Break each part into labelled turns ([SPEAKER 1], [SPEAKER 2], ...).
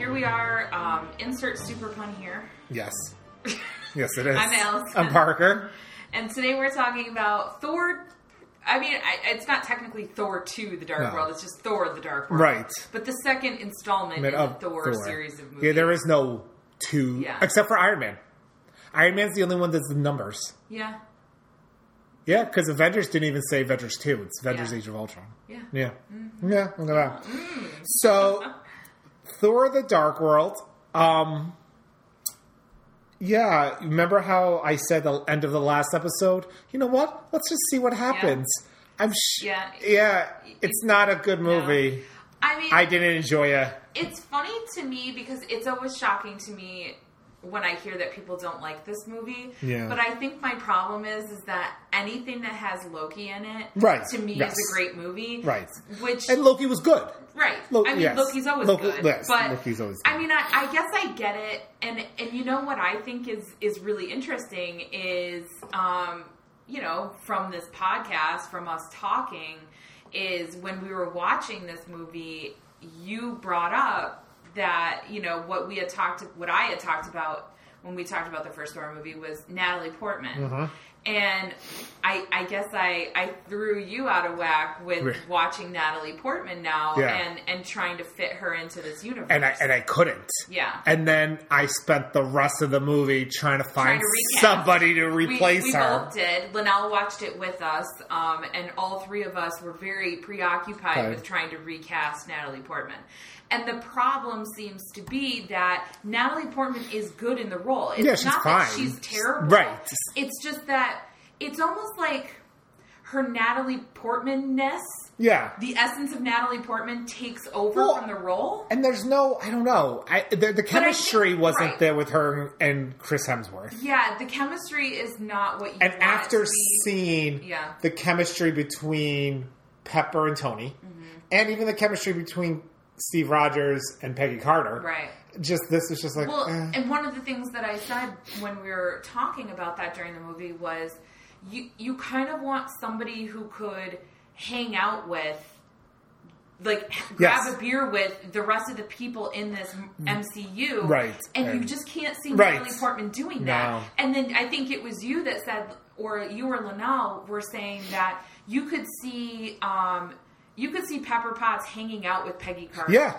[SPEAKER 1] radar. Um, insert super pun here.
[SPEAKER 2] Yes. Yes, it is.
[SPEAKER 1] I'm Allison.
[SPEAKER 2] I'm Parker.
[SPEAKER 1] And today we're talking about Thor. I mean, I, it's not technically Thor 2, The Dark
[SPEAKER 2] No.
[SPEAKER 1] World. It's just Thor, The Dark World.
[SPEAKER 2] Right.
[SPEAKER 1] But the second installment in
[SPEAKER 2] Mid-
[SPEAKER 1] the
[SPEAKER 2] of
[SPEAKER 1] Thor, series of movies.
[SPEAKER 2] Yeah, there is no two
[SPEAKER 1] Yeah.
[SPEAKER 2] except for Iron Man. Iron Man's the only one that's the numbers.
[SPEAKER 1] Yeah.
[SPEAKER 2] Yeah, because Avengers didn't even say Avengers two. It's Avengers
[SPEAKER 1] Yeah.
[SPEAKER 2] Age of Ultron.
[SPEAKER 1] Yeah.
[SPEAKER 2] Yeah, yeah. Look at that. So, Thor: The Dark World. Um, yeah. Remember how I said the end of the last episode? You know what? Let's just see what happens. I'm sh-
[SPEAKER 1] Yeah.
[SPEAKER 2] yeah. It's not a good movie.
[SPEAKER 1] I mean,
[SPEAKER 2] I didn't enjoy it.
[SPEAKER 1] it's funny to me because it's always shocking to me when I hear that people don't like this movie.
[SPEAKER 2] Yeah.
[SPEAKER 1] But I think my problem is is that anything that has Loki in it,
[SPEAKER 2] Right.
[SPEAKER 1] to me
[SPEAKER 2] Yes.
[SPEAKER 1] is a great movie.
[SPEAKER 2] Right.
[SPEAKER 1] Which
[SPEAKER 2] And Loki was good.
[SPEAKER 1] Right.
[SPEAKER 2] Lo-
[SPEAKER 1] I mean,
[SPEAKER 2] yes.
[SPEAKER 1] Loki's always
[SPEAKER 2] Loki-
[SPEAKER 1] good.
[SPEAKER 2] yes,
[SPEAKER 1] but
[SPEAKER 2] Loki's always
[SPEAKER 1] I
[SPEAKER 2] good.
[SPEAKER 1] mean, I, I guess I get it, and and you know what I think is is really interesting is, um, you know, from this podcast, from us talking, is when we were watching this movie, you brought up that you know what we had talked, what I had talked about when we talked about the first Thor movie was Natalie Portman.
[SPEAKER 2] Mm-hmm.
[SPEAKER 1] And I, I guess I, I threw you out of whack with
[SPEAKER 2] Right.
[SPEAKER 1] watching Natalie Portman now
[SPEAKER 2] Yeah.
[SPEAKER 1] and, and trying to fit her into this universe.
[SPEAKER 2] and I and I couldn't.
[SPEAKER 1] Yeah.
[SPEAKER 2] And then I spent the rest of the movie trying to
[SPEAKER 1] Trying
[SPEAKER 2] find
[SPEAKER 1] to recast.
[SPEAKER 2] somebody to
[SPEAKER 1] we,
[SPEAKER 2] replace
[SPEAKER 1] we
[SPEAKER 2] her.
[SPEAKER 1] both did. Linnell watched it with us, um, and all three of us were very preoccupied
[SPEAKER 2] Okay.
[SPEAKER 1] with trying to recast Natalie Portman. And the problem seems to be that Natalie Portman is good in the role. It's
[SPEAKER 2] Yeah, she's
[SPEAKER 1] not that
[SPEAKER 2] fine.
[SPEAKER 1] she's terrible.
[SPEAKER 2] Right.
[SPEAKER 1] It's just that it's almost like her Natalie Portman ness
[SPEAKER 2] Yeah.
[SPEAKER 1] the essence of Natalie Portman takes over
[SPEAKER 2] Well,
[SPEAKER 1] from the role.
[SPEAKER 2] and there's no, I don't know. I the, the chemistry
[SPEAKER 1] think-
[SPEAKER 2] wasn't
[SPEAKER 1] right.
[SPEAKER 2] there with her and Chris Hemsworth.
[SPEAKER 1] Yeah, the chemistry is not what you
[SPEAKER 2] And
[SPEAKER 1] want
[SPEAKER 2] after
[SPEAKER 1] to see.
[SPEAKER 2] seeing
[SPEAKER 1] Yeah.
[SPEAKER 2] the chemistry between Pepper and Tony,
[SPEAKER 1] Mm-hmm.
[SPEAKER 2] and even the chemistry between Steve Rogers and Peggy Carter,
[SPEAKER 1] Right.
[SPEAKER 2] Just this is just like
[SPEAKER 1] Well,
[SPEAKER 2] eh.
[SPEAKER 1] and one of the things that I said when we were talking about that during the movie was you you kind of want somebody who could hang out with like grab
[SPEAKER 2] Yes. Mm.
[SPEAKER 1] a beer with the rest of the people in this MCU.
[SPEAKER 2] Right,
[SPEAKER 1] And you
[SPEAKER 2] and-
[SPEAKER 1] just can't see
[SPEAKER 2] Right.
[SPEAKER 1] Natalie Portman doing that.
[SPEAKER 2] No.
[SPEAKER 1] And then I think it was you that said or you or Linnell were saying that you could see um you could see Pepper Potts hanging out with Peggy Carter.
[SPEAKER 2] yeah,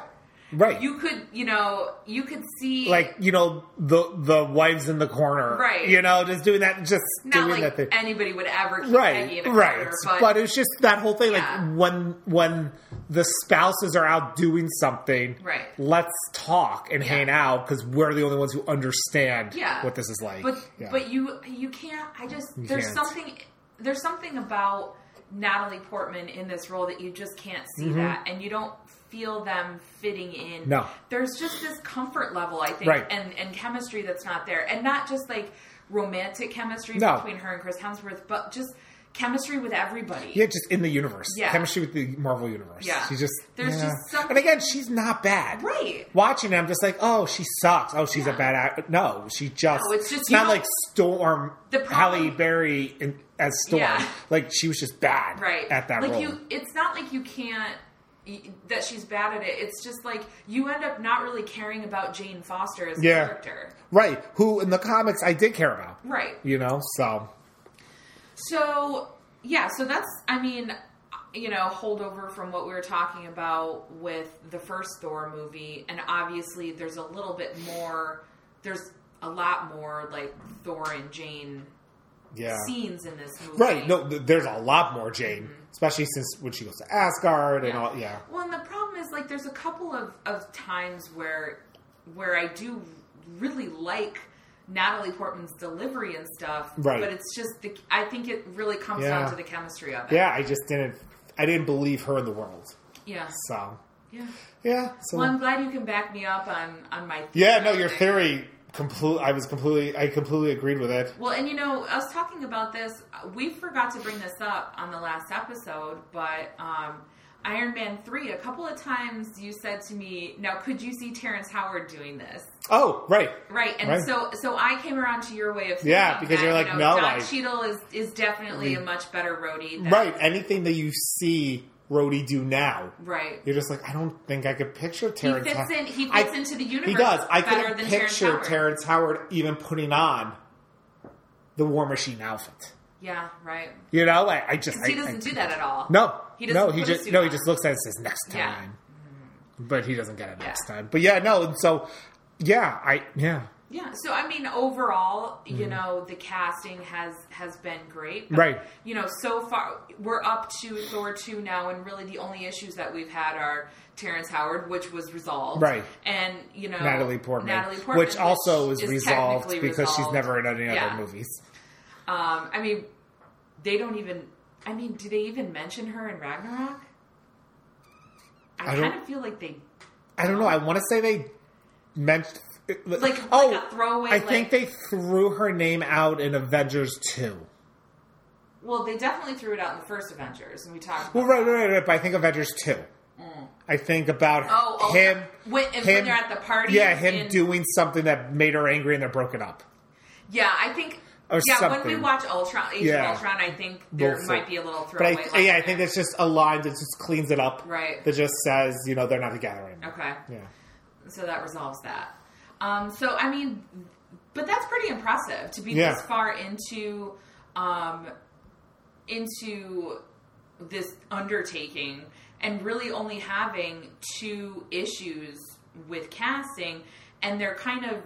[SPEAKER 2] right.
[SPEAKER 1] You could, you know, you could see
[SPEAKER 2] like you know the the wives in the corner,
[SPEAKER 1] Right.
[SPEAKER 2] You know, just doing that, just
[SPEAKER 1] not
[SPEAKER 2] doing
[SPEAKER 1] like
[SPEAKER 2] that thing,
[SPEAKER 1] anybody would ever keep Peggy
[SPEAKER 2] right?
[SPEAKER 1] in a
[SPEAKER 2] right.
[SPEAKER 1] corner,
[SPEAKER 2] but, it's just that whole thing,
[SPEAKER 1] Yeah.
[SPEAKER 2] like when when the spouses are out doing something,
[SPEAKER 1] Right.
[SPEAKER 2] Let's talk and hang out because we're the only ones who understand
[SPEAKER 1] yeah,
[SPEAKER 2] what this is like.
[SPEAKER 1] But
[SPEAKER 2] Yeah.
[SPEAKER 1] but you you can't. I just there's
[SPEAKER 2] can't.
[SPEAKER 1] something there's something about Natalie Portman in this role that you just can't see that, and you don't feel them fitting in.
[SPEAKER 2] Mm-hmm. No.
[SPEAKER 1] there's just this comfort level I think,
[SPEAKER 2] Right.
[SPEAKER 1] and and chemistry that's not there, and not just like romantic chemistry
[SPEAKER 2] No.
[SPEAKER 1] between her and Chris Hemsworth, but just chemistry with everybody.
[SPEAKER 2] yeah, just in the universe,
[SPEAKER 1] Yeah.
[SPEAKER 2] chemistry with the Marvel universe.
[SPEAKER 1] Yeah.
[SPEAKER 2] she's just
[SPEAKER 1] There's
[SPEAKER 2] yeah.
[SPEAKER 1] just something-
[SPEAKER 2] And again, she's not bad,
[SPEAKER 1] Right.
[SPEAKER 2] Watching it, I'm just like, oh, she sucks. Oh, she's
[SPEAKER 1] Yeah.
[SPEAKER 2] a bad act. No, she just.
[SPEAKER 1] No, it's just- you
[SPEAKER 2] not
[SPEAKER 1] know-
[SPEAKER 2] like Storm.
[SPEAKER 1] The
[SPEAKER 2] The
[SPEAKER 1] problem-
[SPEAKER 2] Halle Berry in, as Storm.
[SPEAKER 1] Yeah.
[SPEAKER 2] Like she was just bad.
[SPEAKER 1] right
[SPEAKER 2] At that
[SPEAKER 1] like
[SPEAKER 2] role.
[SPEAKER 1] you it's not like you can't y- that she's bad at it it's just like you end up not really caring about jane foster as a
[SPEAKER 2] Yeah.
[SPEAKER 1] character
[SPEAKER 2] Right. Who in the comics I did care about.
[SPEAKER 1] right
[SPEAKER 2] You know. So
[SPEAKER 1] so yeah so that's i mean you know holdover from what we were talking about with the first thor movie and obviously there's a little bit more there's a lot more like thor and jane
[SPEAKER 2] yeah.
[SPEAKER 1] scenes in this movie
[SPEAKER 2] Right. No. Th- there's a lot more Jane, especially since when she goes to Asgard and all. Yeah.
[SPEAKER 1] Well, and the problem is like there's a couple of, of times where where I do really like Natalie Portman's delivery and stuff,
[SPEAKER 2] Right.
[SPEAKER 1] But it's just the I think it really comes
[SPEAKER 2] Yeah.
[SPEAKER 1] down to the chemistry of it.
[SPEAKER 2] Yeah. I just didn't. I didn't believe her in the world.
[SPEAKER 1] yeah,
[SPEAKER 2] So
[SPEAKER 1] yeah.
[SPEAKER 2] yeah. So
[SPEAKER 1] Well, I'm glad you can back me up on on my theory
[SPEAKER 2] yeah. No, your
[SPEAKER 1] there.
[SPEAKER 2] theory. Complete. I was completely. I completely agreed with it.
[SPEAKER 1] Well, and you know, us talking about this, we forgot to bring this up on the last episode, but um, Iron Man 3, a couple of times you said to me, now could you see Terrence Howard doing this?
[SPEAKER 2] Oh, right.
[SPEAKER 1] Right, and
[SPEAKER 2] Right.
[SPEAKER 1] so so I came around to your way of thinking
[SPEAKER 2] Yeah, because
[SPEAKER 1] that,
[SPEAKER 2] you're like,
[SPEAKER 1] you know,
[SPEAKER 2] no,
[SPEAKER 1] Don
[SPEAKER 2] I-
[SPEAKER 1] Cheadle is is definitely a much better roadie. Than,
[SPEAKER 2] Right. Anything that you see Rhodey do now?
[SPEAKER 1] right.
[SPEAKER 2] You're just like, I don't think I could picture
[SPEAKER 1] He
[SPEAKER 2] Terrence.
[SPEAKER 1] fits
[SPEAKER 2] Howard.
[SPEAKER 1] in. He
[SPEAKER 2] I-
[SPEAKER 1] fits into the universe.
[SPEAKER 2] He does. I
[SPEAKER 1] better
[SPEAKER 2] couldn't
[SPEAKER 1] than
[SPEAKER 2] picture
[SPEAKER 1] Terrence Howard.
[SPEAKER 2] Terrence Howard even putting on the War Machine outfit.
[SPEAKER 1] Yeah, right.
[SPEAKER 2] You know, like I just
[SPEAKER 1] 'Cause he
[SPEAKER 2] I-
[SPEAKER 1] doesn't
[SPEAKER 2] I-
[SPEAKER 1] do that at all.
[SPEAKER 2] No,
[SPEAKER 1] He
[SPEAKER 2] he
[SPEAKER 1] doesn't
[SPEAKER 2] no, he
[SPEAKER 1] put a
[SPEAKER 2] just
[SPEAKER 1] suit
[SPEAKER 2] no, he
[SPEAKER 1] on.
[SPEAKER 2] just looks at it and says next
[SPEAKER 1] Yeah.
[SPEAKER 2] time, but he doesn't get it
[SPEAKER 1] Yeah.
[SPEAKER 2] next time. But yeah, no, and so yeah, I yeah,
[SPEAKER 1] Yeah. So I mean, overall, you know, the casting has has been great. But,
[SPEAKER 2] Mm-hmm. Right.
[SPEAKER 1] You know, so far we're up to Thor two now, and really the only issues that we've had are Terrence Howard, which was resolved,
[SPEAKER 2] Right.
[SPEAKER 1] and you know
[SPEAKER 2] Natalie Portman,
[SPEAKER 1] Oh, Natalie Portman,
[SPEAKER 2] which also was
[SPEAKER 1] is
[SPEAKER 2] resolved
[SPEAKER 1] technically
[SPEAKER 2] because she's
[SPEAKER 1] resolved.
[SPEAKER 2] never in any
[SPEAKER 1] Yeah.
[SPEAKER 2] other movies.
[SPEAKER 1] Um, I mean, they don't even. I mean, do they even mention her in Ragnarok? I,
[SPEAKER 2] I don't-
[SPEAKER 1] kind of feel like they
[SPEAKER 2] I don't know. I want to say they mentioned
[SPEAKER 1] like like a throwaway.
[SPEAKER 2] I think
[SPEAKER 1] like-
[SPEAKER 2] they threw her name out in Avengers two.
[SPEAKER 1] well, they definitely threw it out in the first Avengers, and we talked.
[SPEAKER 2] Well,
[SPEAKER 1] about
[SPEAKER 2] right,
[SPEAKER 1] that.
[SPEAKER 2] right, right. But I think Avengers two. I think about
[SPEAKER 1] Mm. Oh, oh
[SPEAKER 2] him.
[SPEAKER 1] When, and when
[SPEAKER 2] him-
[SPEAKER 1] they're at the party.
[SPEAKER 2] Yeah, him
[SPEAKER 1] and-
[SPEAKER 2] doing something that made her angry and they're broken up.
[SPEAKER 1] Yeah, I think.
[SPEAKER 2] Or
[SPEAKER 1] yeah, when we
[SPEAKER 2] something.
[SPEAKER 1] watch Ultron, Age
[SPEAKER 2] Yeah.
[SPEAKER 1] of Ultron, I think there
[SPEAKER 2] Both-
[SPEAKER 1] might be a little
[SPEAKER 2] But I,
[SPEAKER 1] throwaway.
[SPEAKER 2] th-
[SPEAKER 1] line
[SPEAKER 2] yeah, I
[SPEAKER 1] in
[SPEAKER 2] think
[SPEAKER 1] there.
[SPEAKER 2] that's just a line that just cleans it up.
[SPEAKER 1] Right.
[SPEAKER 2] That just says, you know, they're not together anymore.
[SPEAKER 1] Okay,
[SPEAKER 2] Yeah.
[SPEAKER 1] so that resolves that. Um, so I mean, but that's pretty impressive to be
[SPEAKER 2] Yeah.
[SPEAKER 1] this far into, um, into this undertaking and really only having two issues with casting, and they're kind of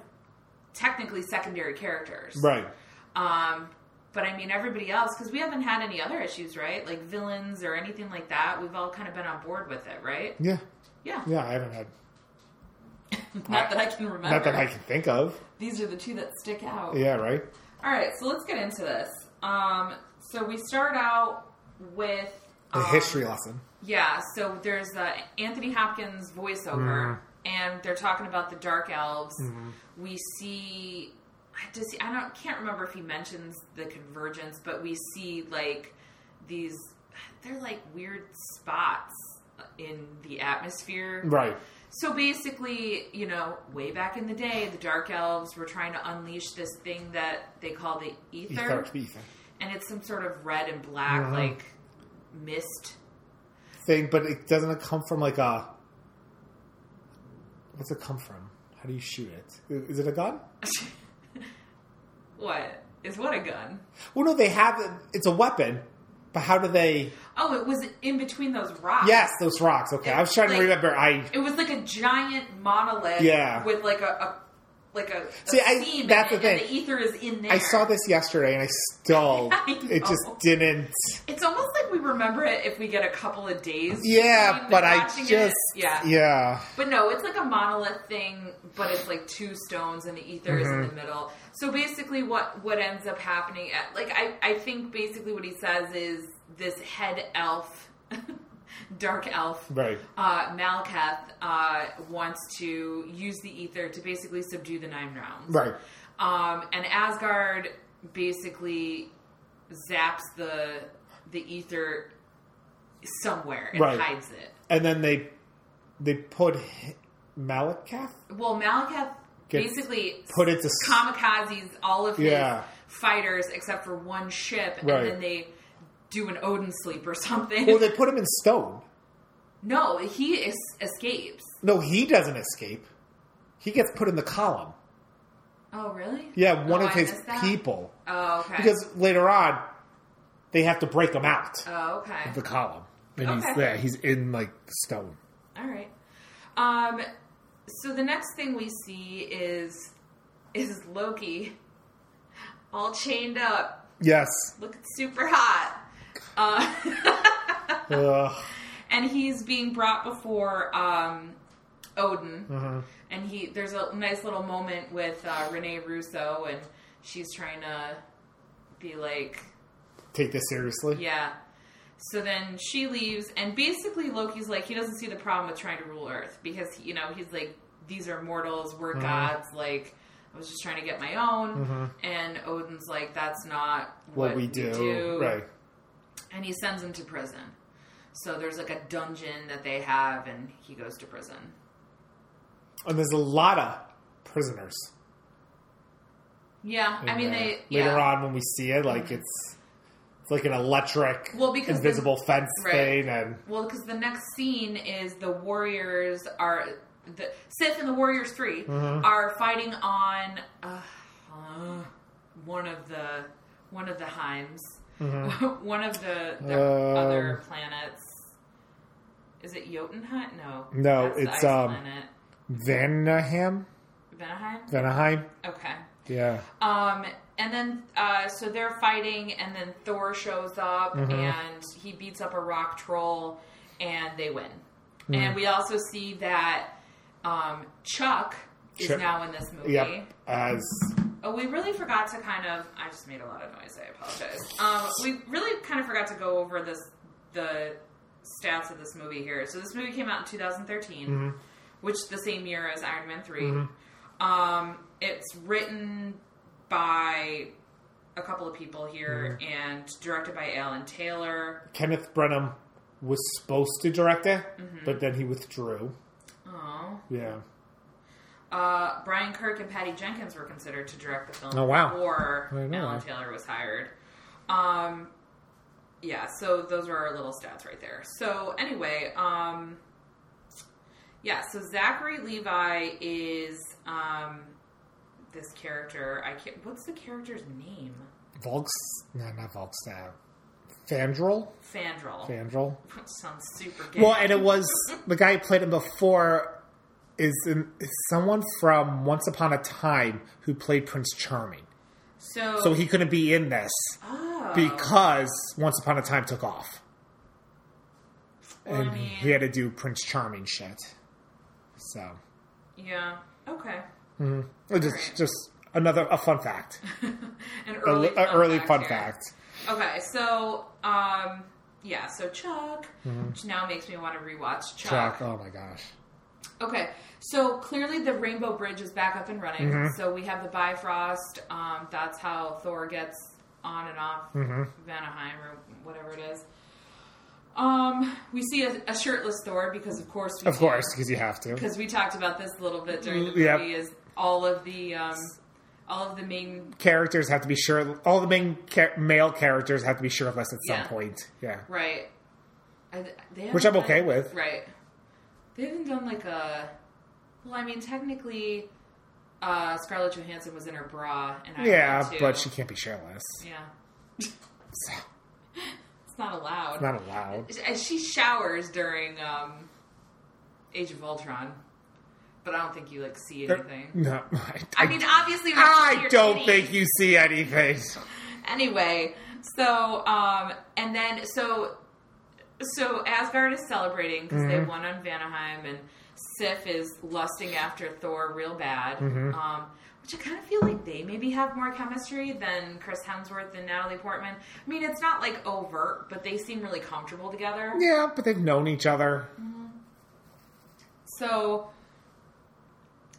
[SPEAKER 1] technically secondary characters,
[SPEAKER 2] Right.
[SPEAKER 1] Um, but I mean, everybody else, because we haven't had any other issues, right? Like villains or anything like that. We've all kind of been on board with it, right?
[SPEAKER 2] Yeah.
[SPEAKER 1] Yeah.
[SPEAKER 2] Yeah, I haven't had.
[SPEAKER 1] Not that I can remember.
[SPEAKER 2] Not that I can think of.
[SPEAKER 1] These are the two that stick out.
[SPEAKER 2] Yeah, right?
[SPEAKER 1] All right, so let's get into this. Um, so we start out with
[SPEAKER 2] The
[SPEAKER 1] um,
[SPEAKER 2] history lesson.
[SPEAKER 1] Yeah, so there's the Anthony Hopkins voiceover, and they're talking about the Dark Elves. We see, does he, I don't can't remember if he mentions the convergence, but we see like these, they're like weird spots in the atmosphere.
[SPEAKER 2] Right.
[SPEAKER 1] So basically, you know, way back in the day, the Dark Elves were trying to unleash this thing that they call the ether,
[SPEAKER 2] Ether. Ether.
[SPEAKER 1] and it's some sort of red and black
[SPEAKER 2] Mhm.
[SPEAKER 1] like mist.
[SPEAKER 2] Thing, but it doesn't it come from like a. What's it come from? How do you shoot it? I- Is it a gun?
[SPEAKER 1] What is what a gun?
[SPEAKER 2] Well, no, they have it. It's a weapon, but how do they.
[SPEAKER 1] Oh, it was in between those rocks.
[SPEAKER 2] Yes, those rocks. Okay. I was trying to
[SPEAKER 1] Like-
[SPEAKER 2] remember. I
[SPEAKER 1] it was like a giant monolith.
[SPEAKER 2] Yeah.
[SPEAKER 1] with like a, a like a, a
[SPEAKER 2] See, I-
[SPEAKER 1] seam.
[SPEAKER 2] that's
[SPEAKER 1] in
[SPEAKER 2] the
[SPEAKER 1] it, and
[SPEAKER 2] thing.
[SPEAKER 1] the ether is in there.
[SPEAKER 2] I saw this yesterday and I still
[SPEAKER 1] I
[SPEAKER 2] it just
[SPEAKER 1] know.
[SPEAKER 2] didn't
[SPEAKER 1] It's almost like we remember it if we get a couple of days.
[SPEAKER 2] Yeah,
[SPEAKER 1] between
[SPEAKER 2] but I
[SPEAKER 1] watching it.
[SPEAKER 2] just
[SPEAKER 1] yeah.
[SPEAKER 2] yeah.
[SPEAKER 1] But no, it's like a monolith thing, but it's like two stones and the ether is in
[SPEAKER 2] Mm-hmm.
[SPEAKER 1] the middle. So basically, what what ends up happening at like I I think basically what he says is this head elf, dark elf,
[SPEAKER 2] Right.
[SPEAKER 1] uh, Malkath uh, wants to use the ether to basically subdue the nine realms.
[SPEAKER 2] Right.
[SPEAKER 1] Um, and Asgard basically zaps the the ether somewhere and
[SPEAKER 2] Right.
[SPEAKER 1] hides it.
[SPEAKER 2] And then they they put H- Malakath
[SPEAKER 1] Well, Malakath
[SPEAKER 2] Gets
[SPEAKER 1] basically
[SPEAKER 2] put it to s-
[SPEAKER 1] kamikazes all of his
[SPEAKER 2] Yeah.
[SPEAKER 1] fighters except for one ship, and
[SPEAKER 2] Right.
[SPEAKER 1] then they do an Odin sleep or something.
[SPEAKER 2] Well, they put him in stone.
[SPEAKER 1] no, he es- escapes.
[SPEAKER 2] No, he doesn't escape. He gets put in the column.
[SPEAKER 1] Oh, really?
[SPEAKER 2] Yeah, one
[SPEAKER 1] Oh,
[SPEAKER 2] of
[SPEAKER 1] I
[SPEAKER 2] his
[SPEAKER 1] missed that?
[SPEAKER 2] people.
[SPEAKER 1] Oh, okay.
[SPEAKER 2] Because later on they have to break him out
[SPEAKER 1] oh, okay.
[SPEAKER 2] of the column. And he's
[SPEAKER 1] Okay.
[SPEAKER 2] there. He's in like stone.
[SPEAKER 1] All right. Um, so the next thing we see is is Loki all chained up,
[SPEAKER 2] Yes.
[SPEAKER 1] looking super hot, uh,
[SPEAKER 2] Ugh.
[SPEAKER 1] and he's being brought before um, Odin.
[SPEAKER 2] Mhm.
[SPEAKER 1] And he there's a nice little moment with uh, Renee Russo, and she's trying to be like,
[SPEAKER 2] Take this seriously.
[SPEAKER 1] yeah. So then she leaves, and basically Loki's like he doesn't see the problem with trying to rule Earth because you know he's like these are mortals,
[SPEAKER 2] Uh-huh.
[SPEAKER 1] we're gods. Like I was just trying to get my own,
[SPEAKER 2] Mhm.
[SPEAKER 1] and Odin's like that's not
[SPEAKER 2] What, we, do. Right.
[SPEAKER 1] And he sends him to prison. So there's like a dungeon that they have, and he goes to prison.
[SPEAKER 2] And there's a lot of prisoners.
[SPEAKER 1] Yeah, I
[SPEAKER 2] in
[SPEAKER 1] mean
[SPEAKER 2] there.
[SPEAKER 1] they
[SPEAKER 2] later
[SPEAKER 1] yeah. Mm-hmm.
[SPEAKER 2] on when we see it, like it's It's like an electric,
[SPEAKER 1] Well, because the-
[SPEAKER 2] invisible fence
[SPEAKER 1] right.
[SPEAKER 2] thing, and
[SPEAKER 1] Well, because the next scene is the Warriors are the Sith and the Warriors 3
[SPEAKER 2] Mm-hmm.
[SPEAKER 1] are fighting on uh, uh, one of the one of the Heims, one of the, the
[SPEAKER 2] Mm-hmm. Um,
[SPEAKER 1] other planets. Is it Jotunheim? No,
[SPEAKER 2] No,
[SPEAKER 1] that's the
[SPEAKER 2] it's,
[SPEAKER 1] ice
[SPEAKER 2] um,
[SPEAKER 1] planet
[SPEAKER 2] Vanaheim,
[SPEAKER 1] Vanaheim.
[SPEAKER 2] Vanaheim,
[SPEAKER 1] Okay.
[SPEAKER 2] yeah,
[SPEAKER 1] Um, and then uh, so they're fighting, and then Thor shows up and he beats up a rock troll, and they win. And we also see that um, Chuck is
[SPEAKER 2] Chuck.
[SPEAKER 1] now in this movie.
[SPEAKER 2] yep. As
[SPEAKER 1] Oh, we really forgot to kind of. I just made a lot of noise. I apologize. Um, we really kind of forgot to go over this the stats of this movie here. So this movie came out in 2013, which the same year as Iron Man 3. Um, it's written by a couple of people here and directed by Alan Taylor.
[SPEAKER 2] Kenneth Brenham was supposed to direct it,
[SPEAKER 1] Mm-hmm.
[SPEAKER 2] but then he withdrew.
[SPEAKER 1] Oh.
[SPEAKER 2] Yeah,
[SPEAKER 1] Uh, Brian Kirk and Patty Jenkins were considered to direct the film.
[SPEAKER 2] Oh, wow.
[SPEAKER 1] Before
[SPEAKER 2] I didn't know
[SPEAKER 1] Alan
[SPEAKER 2] that.
[SPEAKER 1] Taylor was hired. Um, yeah, so those are our little stats right there. So anyway, um, yeah, so Zachary Levi is um, this character. I can't. What's the character's name?
[SPEAKER 2] Volks, no, not Volks now. Fandral,
[SPEAKER 1] Fandral.
[SPEAKER 2] Fandral.
[SPEAKER 1] Sounds super gay.
[SPEAKER 2] Well, and it was the guy who played him before is, in, is someone from Once Upon a Time who played Prince Charming.
[SPEAKER 1] so,
[SPEAKER 2] So he couldn't be in this
[SPEAKER 1] oh,
[SPEAKER 2] because Once Upon a Time took off.
[SPEAKER 1] Well, I
[SPEAKER 2] And
[SPEAKER 1] mean-
[SPEAKER 2] he had to do Prince Charming shit. So
[SPEAKER 1] yeah, okay,
[SPEAKER 2] it's just, just another a fun fact,
[SPEAKER 1] an
[SPEAKER 2] a,
[SPEAKER 1] early,
[SPEAKER 2] a early fun
[SPEAKER 1] here.
[SPEAKER 2] fact.
[SPEAKER 1] Okay, so um, yeah, so Chuck, which now makes me want to rewatch Chuck.
[SPEAKER 2] Mm-hmm. Chuck, oh my gosh,
[SPEAKER 1] Okay, so clearly the Rainbow Bridge is back up and running.
[SPEAKER 2] Mm-hmm.
[SPEAKER 1] So we have the Bifrost. Um, that's how Thor gets on and off
[SPEAKER 2] Mm-hmm.
[SPEAKER 1] Vanaheim or whatever it is. Um, we see a, a shirtless Thor because, of course, we
[SPEAKER 2] of course, because you have to.
[SPEAKER 1] because we talked about this a little bit during the movie.
[SPEAKER 2] Yep.
[SPEAKER 1] Is all of the um, all of the main
[SPEAKER 2] Characters have to be sure. All the main cha- male characters have to be shirtless at some
[SPEAKER 1] Yeah.
[SPEAKER 2] point. Yeah,
[SPEAKER 1] right? I, they
[SPEAKER 2] Which
[SPEAKER 1] haven't
[SPEAKER 2] I'm okay
[SPEAKER 1] done-
[SPEAKER 2] with.
[SPEAKER 1] right? They haven't done like a well. I mean, technically, uh, Scarlett Johansson was in her bra, and I
[SPEAKER 2] yeah,
[SPEAKER 1] too.
[SPEAKER 2] but she can't be shirtless.
[SPEAKER 1] yeah,
[SPEAKER 2] So,
[SPEAKER 1] it's not allowed.
[SPEAKER 2] not allowed.
[SPEAKER 1] And she showers during um, Age of Ultron, but I don't think you like see anything.
[SPEAKER 2] No, I,
[SPEAKER 1] I mean, obviously, when you see
[SPEAKER 2] Mm, I
[SPEAKER 1] your
[SPEAKER 2] don't
[SPEAKER 1] titties-
[SPEAKER 2] think you see anything.
[SPEAKER 1] anyway, so um, and then so so Asgard is celebrating because
[SPEAKER 2] Mm-hmm.
[SPEAKER 1] they won on Vanaheim, and Sif is lusting after Thor real bad.
[SPEAKER 2] Mm-hmm.
[SPEAKER 1] Um, which I kind of feel like they maybe have more chemistry than Chris Hemsworth and Natalie Portman. I mean, it's not like overt, but they seem really comfortable together.
[SPEAKER 2] Yeah, but they've known each other.
[SPEAKER 1] So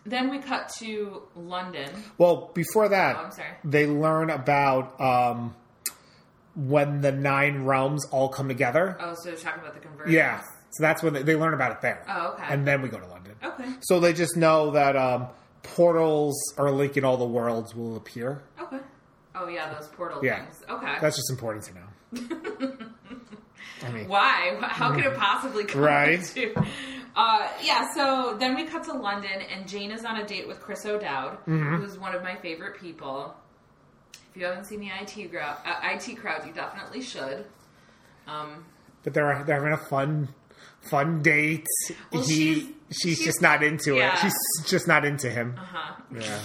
[SPEAKER 1] then we cut to London.
[SPEAKER 2] Well, before that,
[SPEAKER 1] Oh, I'm sorry.
[SPEAKER 2] they learn about um, when the nine realms all come together.
[SPEAKER 1] Oh, so talking about the conversion.
[SPEAKER 2] yeah, so that's when they, they learn about it there.
[SPEAKER 1] Oh, okay.
[SPEAKER 2] And then we go to London.
[SPEAKER 1] Okay.
[SPEAKER 2] So they just know that um, portals are linking all the worlds will appear.
[SPEAKER 1] Okay. Oh yeah, those portal
[SPEAKER 2] Yeah.
[SPEAKER 1] things. Okay.
[SPEAKER 2] That's just important to know. I mean,
[SPEAKER 1] Why? How could it possibly come
[SPEAKER 2] Right.
[SPEAKER 1] to? Uh, yeah, so then we cut to London, and Jane is on a date with Chris O'Dowd,
[SPEAKER 2] Mm-hmm.
[SPEAKER 1] who's one of my favorite people. If you haven't seen the IT crowd, uh, IT crowd, you definitely should. Um,
[SPEAKER 2] but they're they're having a fun fun date.
[SPEAKER 1] Well,
[SPEAKER 2] he
[SPEAKER 1] she's-
[SPEAKER 2] she's,
[SPEAKER 1] she's-
[SPEAKER 2] just not into
[SPEAKER 1] yeah. Uh-huh.
[SPEAKER 2] it. She's just not into him.
[SPEAKER 1] huh.
[SPEAKER 2] Yeah.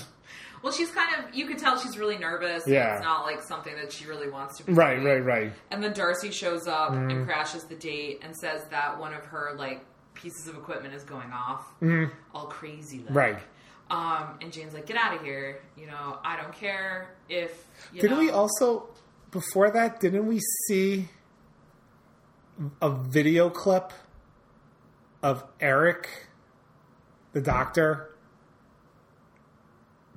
[SPEAKER 1] Well, she's kind of, you can tell she's really nervous. and
[SPEAKER 2] Yeah.
[SPEAKER 1] It's not like something that she really wants to be
[SPEAKER 2] Right, right,
[SPEAKER 1] doing.
[SPEAKER 2] right.
[SPEAKER 1] And then Darcy shows up
[SPEAKER 2] Mm.
[SPEAKER 1] and crashes the date and says that one of her, like, pieces of equipment is going off. All crazy. Like.
[SPEAKER 2] Mm-hmm. Right.
[SPEAKER 1] Um, and Jane's like, get out of here. You know, I don't care if. You
[SPEAKER 2] Didn't
[SPEAKER 1] know.
[SPEAKER 2] we also before that? Didn't we see a video clip of Eric, the doctor,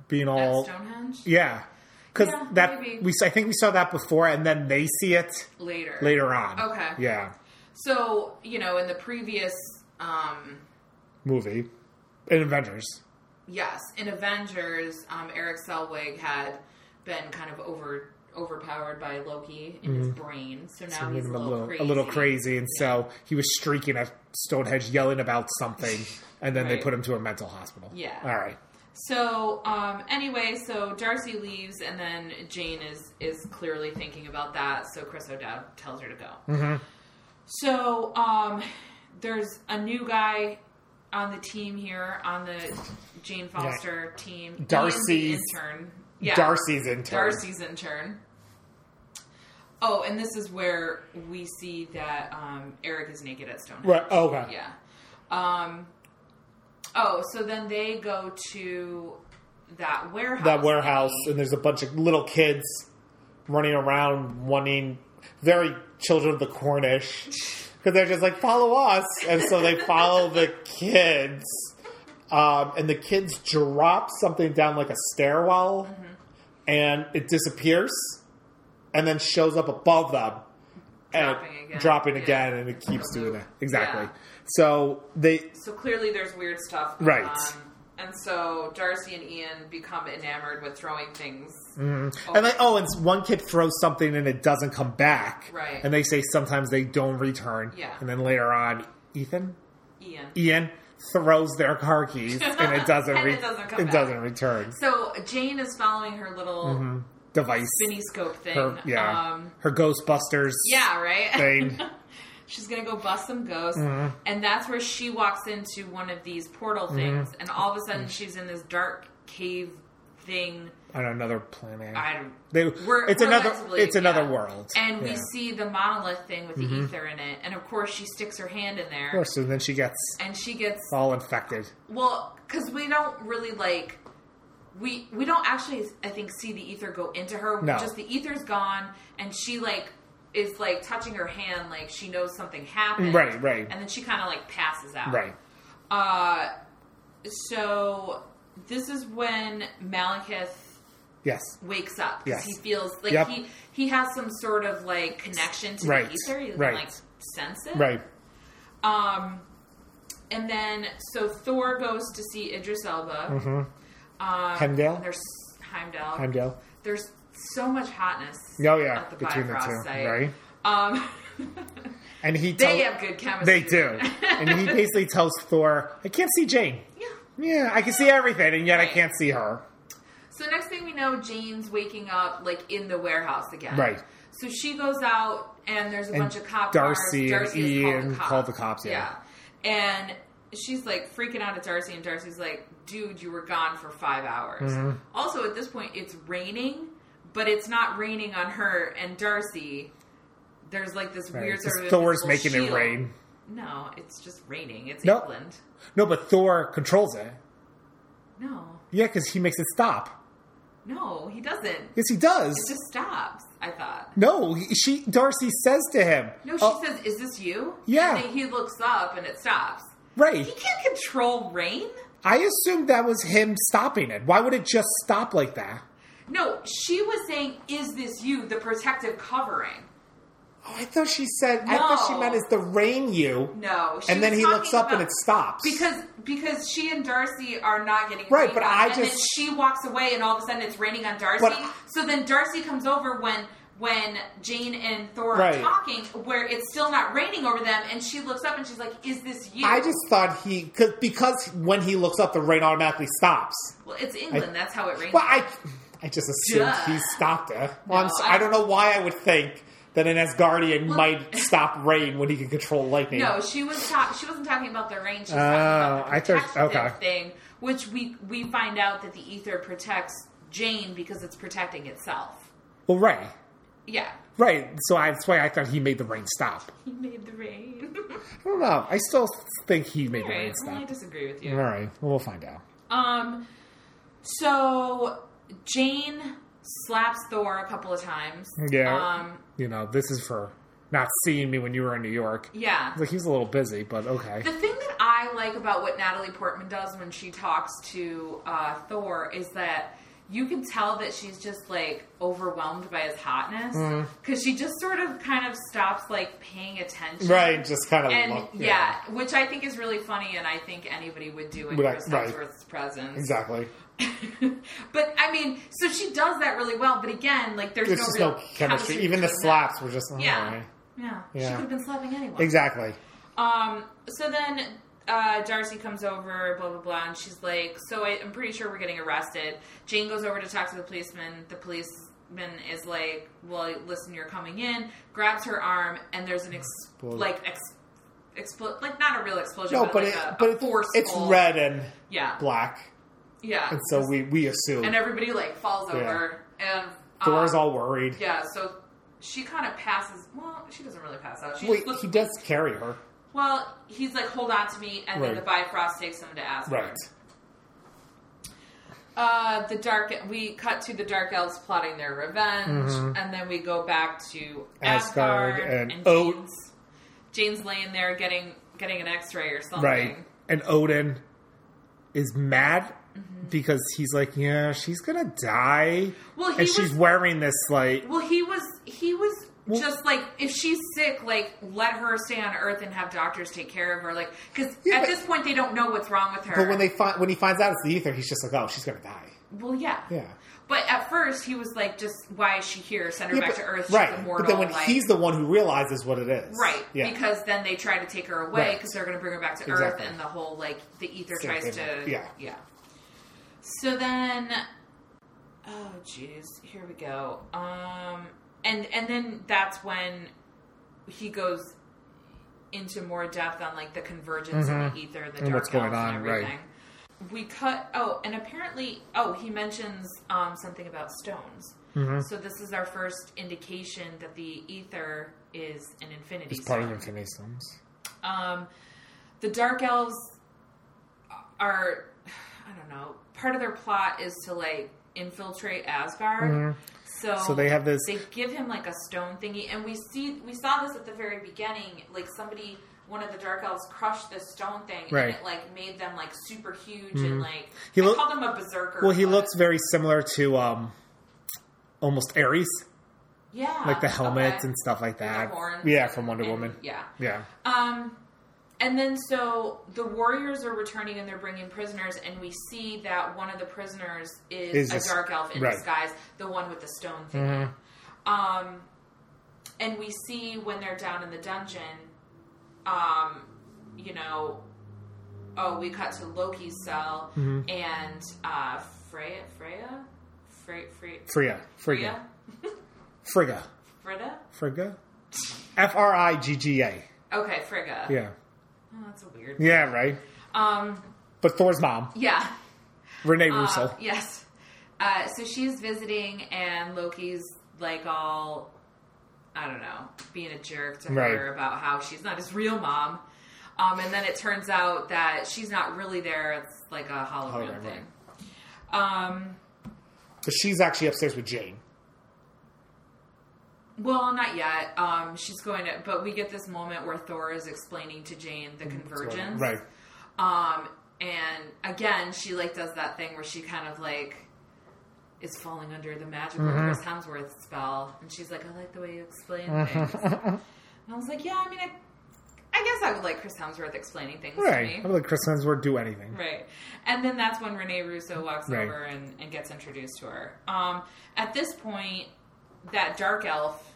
[SPEAKER 2] being
[SPEAKER 1] At
[SPEAKER 2] all
[SPEAKER 1] Stonehenge?
[SPEAKER 2] yeah? Because
[SPEAKER 1] Yeah,
[SPEAKER 2] that
[SPEAKER 1] maybe.
[SPEAKER 2] we I think we saw that before, and then they see it
[SPEAKER 1] Later.
[SPEAKER 2] later on.
[SPEAKER 1] Okay.
[SPEAKER 2] yeah,
[SPEAKER 1] So, you know, in the previous. Um,
[SPEAKER 2] movie in Avengers.
[SPEAKER 1] yes, in Avengers, um, Eric Selwig had been kind of over overpowered by Loki in his brain, so now
[SPEAKER 2] Mm-hmm. Made
[SPEAKER 1] he's a
[SPEAKER 2] him a
[SPEAKER 1] little,
[SPEAKER 2] little,
[SPEAKER 1] crazy.
[SPEAKER 2] a little crazy, and so he was shrieking at Stonehenge, yelling about something, and then they
[SPEAKER 1] Right.
[SPEAKER 2] put him to a mental hospital.
[SPEAKER 1] Yeah.
[SPEAKER 2] All right.
[SPEAKER 1] So um, anyway, so Darcy leaves, and then Jane is is clearly thinking about that. So Chris O'Dowd tells her to go.
[SPEAKER 2] Mm-hmm.
[SPEAKER 1] So um, there's a new guy on the team here on the Jane Foster team. Ian's the
[SPEAKER 2] Darcy's-
[SPEAKER 1] intern. Yeah,
[SPEAKER 2] Darcy's intern.
[SPEAKER 1] Darcy's intern. Oh, and this is where we see that um, Eric is naked at Stonehenge.
[SPEAKER 2] Right. Oh, okay.
[SPEAKER 1] Yeah. Um, oh, so then they go to that warehouse.
[SPEAKER 2] That warehouse,
[SPEAKER 1] thingy.
[SPEAKER 2] and there's a bunch of little kids running around, wanting very children of the Cornish, because they're just like follow us, and so they follow the kids, um, and the kids drop something down like a stairwell,
[SPEAKER 1] Mm-hmm.
[SPEAKER 2] and it disappears, and then shows up above them. and-
[SPEAKER 1] Dropping again.
[SPEAKER 2] dropping
[SPEAKER 1] Yeah.
[SPEAKER 2] again, and it keeps doing that. Exactly.
[SPEAKER 1] Yeah.
[SPEAKER 2] So they
[SPEAKER 1] So clearly there's weird stuff. Going
[SPEAKER 2] Right.
[SPEAKER 1] On. And so Darcy and Ian become enamored with throwing things. Oh.
[SPEAKER 2] And they, oh, and one kid throws something and it doesn't come back.
[SPEAKER 1] Right.
[SPEAKER 2] And they say sometimes they don't return.
[SPEAKER 1] Yeah.
[SPEAKER 2] And then later on, Ethan,
[SPEAKER 1] Ian.
[SPEAKER 2] Ian throws their car keys and it doesn't.
[SPEAKER 1] And
[SPEAKER 2] re-
[SPEAKER 1] it doesn't come
[SPEAKER 2] it
[SPEAKER 1] back.
[SPEAKER 2] doesn't return.
[SPEAKER 1] So Jane is following her little
[SPEAKER 2] Device.
[SPEAKER 1] spinny scope thing.
[SPEAKER 2] Mm-hmm. Her, yeah.
[SPEAKER 1] Um,
[SPEAKER 2] her Ghostbusters.
[SPEAKER 1] yeah, right?
[SPEAKER 2] Thing.
[SPEAKER 1] She's gonna go bust some ghosts,
[SPEAKER 2] Mm-hmm.
[SPEAKER 1] and that's where she walks into one of these portal things, and all of a
[SPEAKER 2] Mm-hmm.
[SPEAKER 1] sudden she's in this dark cave thing.
[SPEAKER 2] on another planet.
[SPEAKER 1] I don't.
[SPEAKER 2] they,
[SPEAKER 1] we're-
[SPEAKER 2] it's
[SPEAKER 1] we're
[SPEAKER 2] another.
[SPEAKER 1] meant to believe,
[SPEAKER 2] it's another
[SPEAKER 1] yeah.
[SPEAKER 2] world.
[SPEAKER 1] And we
[SPEAKER 2] Yeah. Mm-hmm.
[SPEAKER 1] see the monolith thing with the ether in it, and of course she sticks her hand in there,
[SPEAKER 2] Of course, and then she gets
[SPEAKER 1] and she gets
[SPEAKER 2] all infected.
[SPEAKER 1] well because we don't really like we we don't actually I think see the ether go into her.
[SPEAKER 2] No.
[SPEAKER 1] Just the ether's gone, and she like is like touching her hand like she knows something happened.
[SPEAKER 2] Right, right.
[SPEAKER 1] And then she kind of like passes out.
[SPEAKER 2] Right.
[SPEAKER 1] Uh, so this is when Malekith
[SPEAKER 2] Yes.
[SPEAKER 1] wakes up
[SPEAKER 2] Yes.
[SPEAKER 1] because he feels like
[SPEAKER 2] Yep.
[SPEAKER 1] he he has some sort of like connection to
[SPEAKER 2] Right.
[SPEAKER 1] the ether. He can
[SPEAKER 2] Right.
[SPEAKER 1] like sense it.
[SPEAKER 2] Right.
[SPEAKER 1] Um, and then so Thor goes to see Idris Elba. Um,
[SPEAKER 2] Heimdall?
[SPEAKER 1] There's Heimdall.
[SPEAKER 2] Mm-hmm. Heimdall.
[SPEAKER 1] There's so much hotness.
[SPEAKER 2] Oh yeah.
[SPEAKER 1] at the
[SPEAKER 2] Between the
[SPEAKER 1] Bifrost
[SPEAKER 2] two,
[SPEAKER 1] site.
[SPEAKER 2] right?
[SPEAKER 1] Um,
[SPEAKER 2] And he. tell-
[SPEAKER 1] they have good chemistry.
[SPEAKER 2] They do. and he basically tells Thor, I can't see Jane.
[SPEAKER 1] yeah.
[SPEAKER 2] Yeah, I can see everything, and yet I
[SPEAKER 1] Right.
[SPEAKER 2] can't see her.
[SPEAKER 1] So next thing we know, Jane's waking up like in the warehouse again.
[SPEAKER 2] Right.
[SPEAKER 1] So she goes out and there's a
[SPEAKER 2] And
[SPEAKER 1] bunch of cop
[SPEAKER 2] Darcy
[SPEAKER 1] cars.
[SPEAKER 2] and
[SPEAKER 1] Darcy has called
[SPEAKER 2] Ian
[SPEAKER 1] the cops.
[SPEAKER 2] called the cops, yeah.
[SPEAKER 1] And she's like freaking out at Darcy, and Darcy's like, "Dude, you were gone for five hours."
[SPEAKER 2] Mm-hmm.
[SPEAKER 1] Also, at this point, it's raining, but it's not raining on her and Darcy. There's like this
[SPEAKER 2] Right.
[SPEAKER 1] weird
[SPEAKER 2] Just
[SPEAKER 1] sort of
[SPEAKER 2] Thor's
[SPEAKER 1] invisible
[SPEAKER 2] making it
[SPEAKER 1] shield.
[SPEAKER 2] rain.
[SPEAKER 1] No, it's just raining. It's
[SPEAKER 2] No.
[SPEAKER 1] England.
[SPEAKER 2] No, but Thor controls it.
[SPEAKER 1] No,
[SPEAKER 2] Yeah, because he makes it stop.
[SPEAKER 1] no, he doesn't. It
[SPEAKER 2] Yes, he does.
[SPEAKER 1] just stops. I thought.
[SPEAKER 2] No, he- she. Darcy says to him.
[SPEAKER 1] No, she
[SPEAKER 2] "Oh,
[SPEAKER 1] says, "Is this you?"
[SPEAKER 2] Yeah.
[SPEAKER 1] And then he looks up, and it stops.
[SPEAKER 2] right.
[SPEAKER 1] He can't control rain.
[SPEAKER 2] I assumed that was him stopping it. Why would it just stop like that?
[SPEAKER 1] No, she was saying, "Is this you?" The protective covering.
[SPEAKER 2] Oh, I thought she said. I thought she
[SPEAKER 1] No.
[SPEAKER 2] meant is the rain you.
[SPEAKER 1] No, she
[SPEAKER 2] and then
[SPEAKER 1] was
[SPEAKER 2] he looks
[SPEAKER 1] talking
[SPEAKER 2] up and
[SPEAKER 1] about-
[SPEAKER 2] it stops.
[SPEAKER 1] because because she and Darcy are not getting
[SPEAKER 2] Right,
[SPEAKER 1] rained
[SPEAKER 2] but
[SPEAKER 1] on,
[SPEAKER 2] I
[SPEAKER 1] and then
[SPEAKER 2] just-
[SPEAKER 1] she walks away, and all of a sudden it's raining on Darcy.
[SPEAKER 2] But I-
[SPEAKER 1] so then Darcy comes over when. When Jane and Thor are
[SPEAKER 2] Right.
[SPEAKER 1] talking, where it's still not raining over them, and she looks up and she's like, "Is this you?"
[SPEAKER 2] I just thought he cause, because when he looks up, the rain automatically stops.
[SPEAKER 1] well, it's England. that's how it rains.
[SPEAKER 2] Well, I, I just assumed
[SPEAKER 1] Duh.
[SPEAKER 2] he stopped it. Well, I'm
[SPEAKER 1] No,
[SPEAKER 2] s-
[SPEAKER 1] I-
[SPEAKER 2] I don't know why I would think that an Asgardian
[SPEAKER 1] Well-
[SPEAKER 2] might stop rain when he can control lightning.
[SPEAKER 1] No, she was talk- she wasn't talking about the rain. She was
[SPEAKER 2] Oh,
[SPEAKER 1] talking
[SPEAKER 2] I
[SPEAKER 1] about the
[SPEAKER 2] thought-
[SPEAKER 1] protective
[SPEAKER 2] okay.
[SPEAKER 1] thing, which we we find out that the ether protects Jane because it's protecting itself.
[SPEAKER 2] Well, right,
[SPEAKER 1] Yeah,
[SPEAKER 2] right. So I, that's why I thought he made the rain stop.
[SPEAKER 1] he made the rain.
[SPEAKER 2] I don't know. I still think he made
[SPEAKER 1] All
[SPEAKER 2] the
[SPEAKER 1] right,
[SPEAKER 2] rain
[SPEAKER 1] well, I
[SPEAKER 2] stop.
[SPEAKER 1] disagree with
[SPEAKER 2] All
[SPEAKER 1] you.
[SPEAKER 2] right, well, we'll find out.
[SPEAKER 1] Um, so Jane slaps Thor a couple of times.
[SPEAKER 2] Yeah.
[SPEAKER 1] Um,
[SPEAKER 2] You know, this is for not seeing me when you were in New York.
[SPEAKER 1] yeah.
[SPEAKER 2] Like he was a little busy, but okay.
[SPEAKER 1] The thing that I like about what Natalie Portman does when she talks to uh, Thor is that you can tell that she's just like overwhelmed by his hotness
[SPEAKER 2] Mm-hmm.
[SPEAKER 1] because she just sort of kind of stops like paying attention.
[SPEAKER 2] Right, just kind of
[SPEAKER 1] And
[SPEAKER 2] look.
[SPEAKER 1] yeah. which I think is really funny, and I think anybody would do in
[SPEAKER 2] Right,
[SPEAKER 1] Chris
[SPEAKER 2] right.
[SPEAKER 1] Hemsworth's presence.
[SPEAKER 2] exactly.
[SPEAKER 1] but I mean, so she does that really well. But again, like there's
[SPEAKER 2] There's
[SPEAKER 1] no
[SPEAKER 2] just
[SPEAKER 1] real
[SPEAKER 2] no chemistry. Even the
[SPEAKER 1] between
[SPEAKER 2] slaps were just.
[SPEAKER 1] them. Yeah.
[SPEAKER 2] alright.
[SPEAKER 1] yeah,
[SPEAKER 2] Yeah.
[SPEAKER 1] She could have been slapping anyone.
[SPEAKER 2] Exactly.
[SPEAKER 1] Um, so then uh, Darcy comes over, blah, blah, blah, and she's like, So I, I'm pretty sure we're getting arrested. Jane goes over to talk to the policeman. The policeman is like, Well, listen, you're coming in, grabs her arm, and there's an ex-
[SPEAKER 2] Explode.
[SPEAKER 1] like, ex- explode, like not a real explosion,
[SPEAKER 2] No,
[SPEAKER 1] but,
[SPEAKER 2] but
[SPEAKER 1] like
[SPEAKER 2] it,
[SPEAKER 1] a,
[SPEAKER 2] but
[SPEAKER 1] a
[SPEAKER 2] it's,
[SPEAKER 1] forceful,
[SPEAKER 2] it's red and
[SPEAKER 1] Yeah.
[SPEAKER 2] black,
[SPEAKER 1] Yeah.
[SPEAKER 2] and so we we assume.
[SPEAKER 1] and everybody like falls
[SPEAKER 2] Yeah.
[SPEAKER 1] over, and um,
[SPEAKER 2] Dora's all worried.
[SPEAKER 1] yeah, so she kind of passes. Well, she doesn't really pass out. She
[SPEAKER 2] Wait,
[SPEAKER 1] looks
[SPEAKER 2] he does carry her,
[SPEAKER 1] Well, he's like, hold on to me, and then
[SPEAKER 2] Right.
[SPEAKER 1] the Bifrost takes him to aspirin.
[SPEAKER 2] right?
[SPEAKER 1] Uh, the dark. We cut to the Dark Elves plotting their revenge, and then we go back to Asgard,
[SPEAKER 2] Mm-hmm. Asgard
[SPEAKER 1] and,
[SPEAKER 2] and Oat.
[SPEAKER 1] Jane's. Jane's laying there getting getting an X-ray or something.
[SPEAKER 2] Right. And Odin is mad
[SPEAKER 1] Mm-hmm.
[SPEAKER 2] because he's like, yeah, she's gonna die.
[SPEAKER 1] Well, he
[SPEAKER 2] and she's
[SPEAKER 1] was-
[SPEAKER 2] wearing this like
[SPEAKER 1] Well, he was he was
[SPEAKER 2] Well-
[SPEAKER 1] just like if she's sick, like let her stay on Earth and have doctors take care of her, like because
[SPEAKER 2] Yeah,
[SPEAKER 1] at
[SPEAKER 2] but-
[SPEAKER 1] this point they don't know what's wrong with her.
[SPEAKER 2] But when they find when he finds out it's the ether, he's just like, oh, she's gonna die.
[SPEAKER 1] well, yeah,
[SPEAKER 2] Yeah.
[SPEAKER 1] But at first he was like, just why is she here? Send her
[SPEAKER 2] Yeah,
[SPEAKER 1] back
[SPEAKER 2] but-
[SPEAKER 1] to Earth. She's
[SPEAKER 2] right.
[SPEAKER 1] immortal.
[SPEAKER 2] but then when
[SPEAKER 1] like-
[SPEAKER 2] he's the one who realizes what it is,
[SPEAKER 1] Right,
[SPEAKER 2] Yeah.
[SPEAKER 1] because then they try to take her away
[SPEAKER 2] Right.
[SPEAKER 1] because they're going to bring her back to
[SPEAKER 2] Exactly.
[SPEAKER 1] Earth, and the whole like the ether
[SPEAKER 2] Same
[SPEAKER 1] tries
[SPEAKER 2] thing,
[SPEAKER 1] to
[SPEAKER 2] yeah.
[SPEAKER 1] yeah. So then, oh jeez, here we go. Um, and and then that's when he goes into more depth on like the convergence of the ether, the
[SPEAKER 2] Mm-hmm. And
[SPEAKER 1] dark
[SPEAKER 2] what's going
[SPEAKER 1] elves
[SPEAKER 2] on,
[SPEAKER 1] and
[SPEAKER 2] right.
[SPEAKER 1] everything. We cut. Oh, and apparently, oh, he mentions um, something about stones.
[SPEAKER 2] Mm-hmm.
[SPEAKER 1] So this is our first indication that the ether is an infinity
[SPEAKER 2] it's
[SPEAKER 1] stone.
[SPEAKER 2] part of Infinity Stones.
[SPEAKER 1] Um, the Dark Elves are, I don't know, part of their plot is to like infiltrate Asgard. So,
[SPEAKER 2] Mm-hmm. So they have this-
[SPEAKER 1] They give him like a stone thingy, and we see we saw this at the very beginning. Like somebody, one of the Dark Elves crushed this stone thing,
[SPEAKER 2] Right. Mm-hmm.
[SPEAKER 1] and it like made them like super huge and like
[SPEAKER 2] He
[SPEAKER 1] I
[SPEAKER 2] look-
[SPEAKER 1] called him a berserker.
[SPEAKER 2] Well, he
[SPEAKER 1] but-
[SPEAKER 2] looks very similar to um, almost Ares,
[SPEAKER 1] yeah,
[SPEAKER 2] like the helmets
[SPEAKER 1] Ah, okay.
[SPEAKER 2] and stuff like
[SPEAKER 1] the
[SPEAKER 2] that.
[SPEAKER 1] horns
[SPEAKER 2] Yeah, from Wonder
[SPEAKER 1] and-
[SPEAKER 2] Woman.
[SPEAKER 1] Yeah,
[SPEAKER 2] Yeah.
[SPEAKER 1] Um, and then so the warriors are returning and they're bringing prisoners, and we see that one of the prisoners is,
[SPEAKER 2] Is
[SPEAKER 1] a
[SPEAKER 2] this-
[SPEAKER 1] dark elf in
[SPEAKER 2] right.
[SPEAKER 1] disguise, the one with the stone thing.
[SPEAKER 2] Mm-hmm.
[SPEAKER 1] Um, and we see when they're down in the dungeon, um, you know, oh, we cut to Loki's cell
[SPEAKER 2] Mm-hmm.
[SPEAKER 1] and uh, Freya, Freya, Freya, Freya,
[SPEAKER 2] Freya. Frigga.
[SPEAKER 1] Freya,
[SPEAKER 2] Frigga.
[SPEAKER 1] Frida.
[SPEAKER 2] Frigga. F R I G G A.
[SPEAKER 1] Okay, Frigga.
[SPEAKER 2] Yeah.
[SPEAKER 1] Oh, that's a weird.
[SPEAKER 2] Yeah. Right.
[SPEAKER 1] Um,
[SPEAKER 2] But Thor's mom,
[SPEAKER 1] yeah.
[SPEAKER 2] Renee
[SPEAKER 1] Uh,
[SPEAKER 2] Russo.
[SPEAKER 1] yes. Uh, so she's visiting, and Loki's like all, I don't know, being a jerk to
[SPEAKER 2] Right.
[SPEAKER 1] her about how she's not his real mom. Um, and then it turns out that she's not really there. It's like a hologram
[SPEAKER 2] Hologram,
[SPEAKER 1] thing. Um,
[SPEAKER 2] But she's actually upstairs with Jane.
[SPEAKER 1] well, not yet. Um, she's going to, but we get this moment where Thor is explaining to Jane the
[SPEAKER 2] Mm,
[SPEAKER 1] convergence.
[SPEAKER 2] Right.
[SPEAKER 1] Um, and again, she like does that thing where she kind of like is falling under the magic of
[SPEAKER 2] Mm-hmm.
[SPEAKER 1] Chris Hemsworth spell, and she's like, "I like the way you explain things."
[SPEAKER 2] Mm-hmm.
[SPEAKER 1] and I was like, "Yeah, I mean, I, I guess I would like Chris Hemsworth explaining things
[SPEAKER 2] Right.
[SPEAKER 1] to
[SPEAKER 2] I'm
[SPEAKER 1] me."
[SPEAKER 2] like Chris Hemsworth do anything.
[SPEAKER 1] Right, and then that's when Renee Russo walks
[SPEAKER 2] Right.
[SPEAKER 1] over and, and gets introduced to her. Um, at this point, that dark elf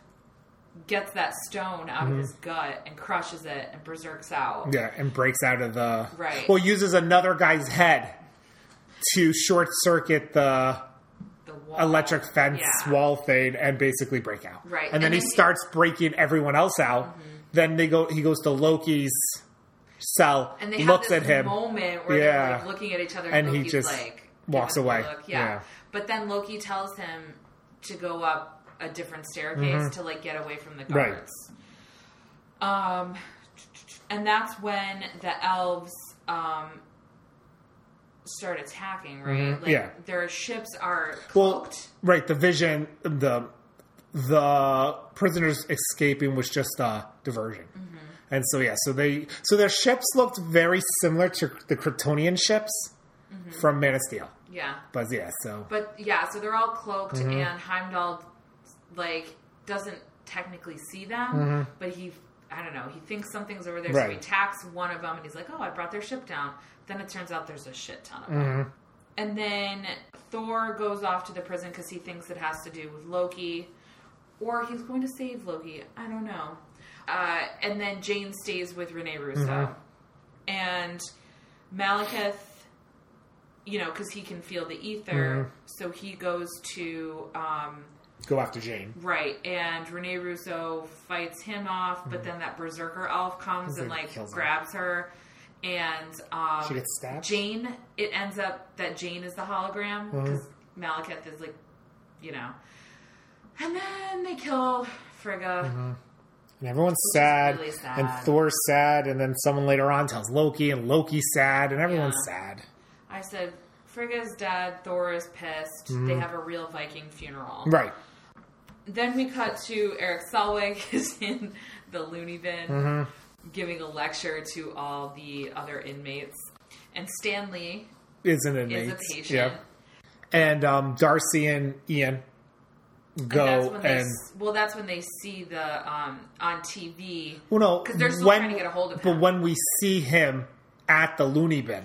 [SPEAKER 1] gets that stone out of his gut and crushes it and berserks out.
[SPEAKER 2] Mm-hmm. Yeah, and breaks out of the
[SPEAKER 1] Right.
[SPEAKER 2] Well, uses another guy's head to short circuit the
[SPEAKER 1] The wall.
[SPEAKER 2] electric fence
[SPEAKER 1] Yeah.
[SPEAKER 2] wall thing and basically break out.
[SPEAKER 1] Right.
[SPEAKER 2] And then
[SPEAKER 1] And
[SPEAKER 2] he
[SPEAKER 1] then he- Mm-hmm.
[SPEAKER 2] starts breaking everyone else out. Then they go. He goes to Loki's cell,
[SPEAKER 1] and they
[SPEAKER 2] looks
[SPEAKER 1] have
[SPEAKER 2] at
[SPEAKER 1] this
[SPEAKER 2] him.
[SPEAKER 1] moment where
[SPEAKER 2] Yeah.
[SPEAKER 1] they're like looking at each other,
[SPEAKER 2] And
[SPEAKER 1] and,
[SPEAKER 2] he
[SPEAKER 1] Loki's
[SPEAKER 2] just
[SPEAKER 1] like
[SPEAKER 2] walks
[SPEAKER 1] giving him a
[SPEAKER 2] away.
[SPEAKER 1] look. Yeah.
[SPEAKER 2] Yeah.
[SPEAKER 1] but then Loki tells him to go up a different staircase to like get away from the
[SPEAKER 2] Mm-hmm. Right.
[SPEAKER 1] guards. Um, and that's when the elves um start attacking. Right? Like,
[SPEAKER 2] Mm-hmm. Yeah.
[SPEAKER 1] their ships are
[SPEAKER 2] Well,
[SPEAKER 1] cloaked.
[SPEAKER 2] right. The vision, the the prisoners escaping was just a diversion,
[SPEAKER 1] Mm-hmm.
[SPEAKER 2] and so yeah. So they so their ships looked very similar to the Kryptonian ships
[SPEAKER 1] Mm-hmm.
[SPEAKER 2] from Man of Steel,
[SPEAKER 1] yeah,
[SPEAKER 2] but yeah. So
[SPEAKER 1] but yeah, so they're all cloaked, and Heimdall like doesn't technically see them, but he I don't know he thinks something's over there, so he
[SPEAKER 2] Right.
[SPEAKER 1] attacks one of them, and he's like, "Oh, I brought their ship down." Then it turns out there's a shit ton of them. and then Thor goes off to the prison because he thinks it has to do with Loki, or he's going to save Loki. I don't know. Uh, and then Jane stays with Rene Russo, and Malekith, you know, because he can feel the ether, so he goes to. Um,
[SPEAKER 2] Go after Jane.
[SPEAKER 1] Right, and Rene Russo fights him off,
[SPEAKER 2] Mm-hmm.
[SPEAKER 1] but then that berserker elf comes and
[SPEAKER 2] Like,
[SPEAKER 1] like
[SPEAKER 2] kills her.
[SPEAKER 1] grabs her, and um,
[SPEAKER 2] She gets stabbed?
[SPEAKER 1] Jane. It ends up that Jane is the hologram
[SPEAKER 2] Uh-huh.
[SPEAKER 1] because Malekith is like, you know, and then they kill Frigga.
[SPEAKER 2] Uh-huh. And everyone's
[SPEAKER 1] is
[SPEAKER 2] sad,
[SPEAKER 1] really sad.
[SPEAKER 2] and Thor's sad, and then someone later on tells Loki, and Loki's sad, and everyone's sad.
[SPEAKER 1] I said Frigga's dead. Thor is pissed. They
[SPEAKER 2] Mm-hmm.
[SPEAKER 1] have a real Viking funeral.
[SPEAKER 2] Right.
[SPEAKER 1] Then we cut to Eric Selwig is in the loony bin
[SPEAKER 2] Mm-hmm.
[SPEAKER 1] giving a lecture to all the other inmates. And Stanley
[SPEAKER 2] Is an
[SPEAKER 1] is
[SPEAKER 2] inmate.
[SPEAKER 1] a patient.
[SPEAKER 2] Yeah. And um, Darcy and Ian
[SPEAKER 1] And that's
[SPEAKER 2] go
[SPEAKER 1] when
[SPEAKER 2] and,
[SPEAKER 1] they, s- well, that's when they see the um, on TV.
[SPEAKER 2] well, no,
[SPEAKER 1] 'cause they're still
[SPEAKER 2] when,
[SPEAKER 1] trying to get a hold of
[SPEAKER 2] But
[SPEAKER 1] him.
[SPEAKER 2] when we see him at the loony bin,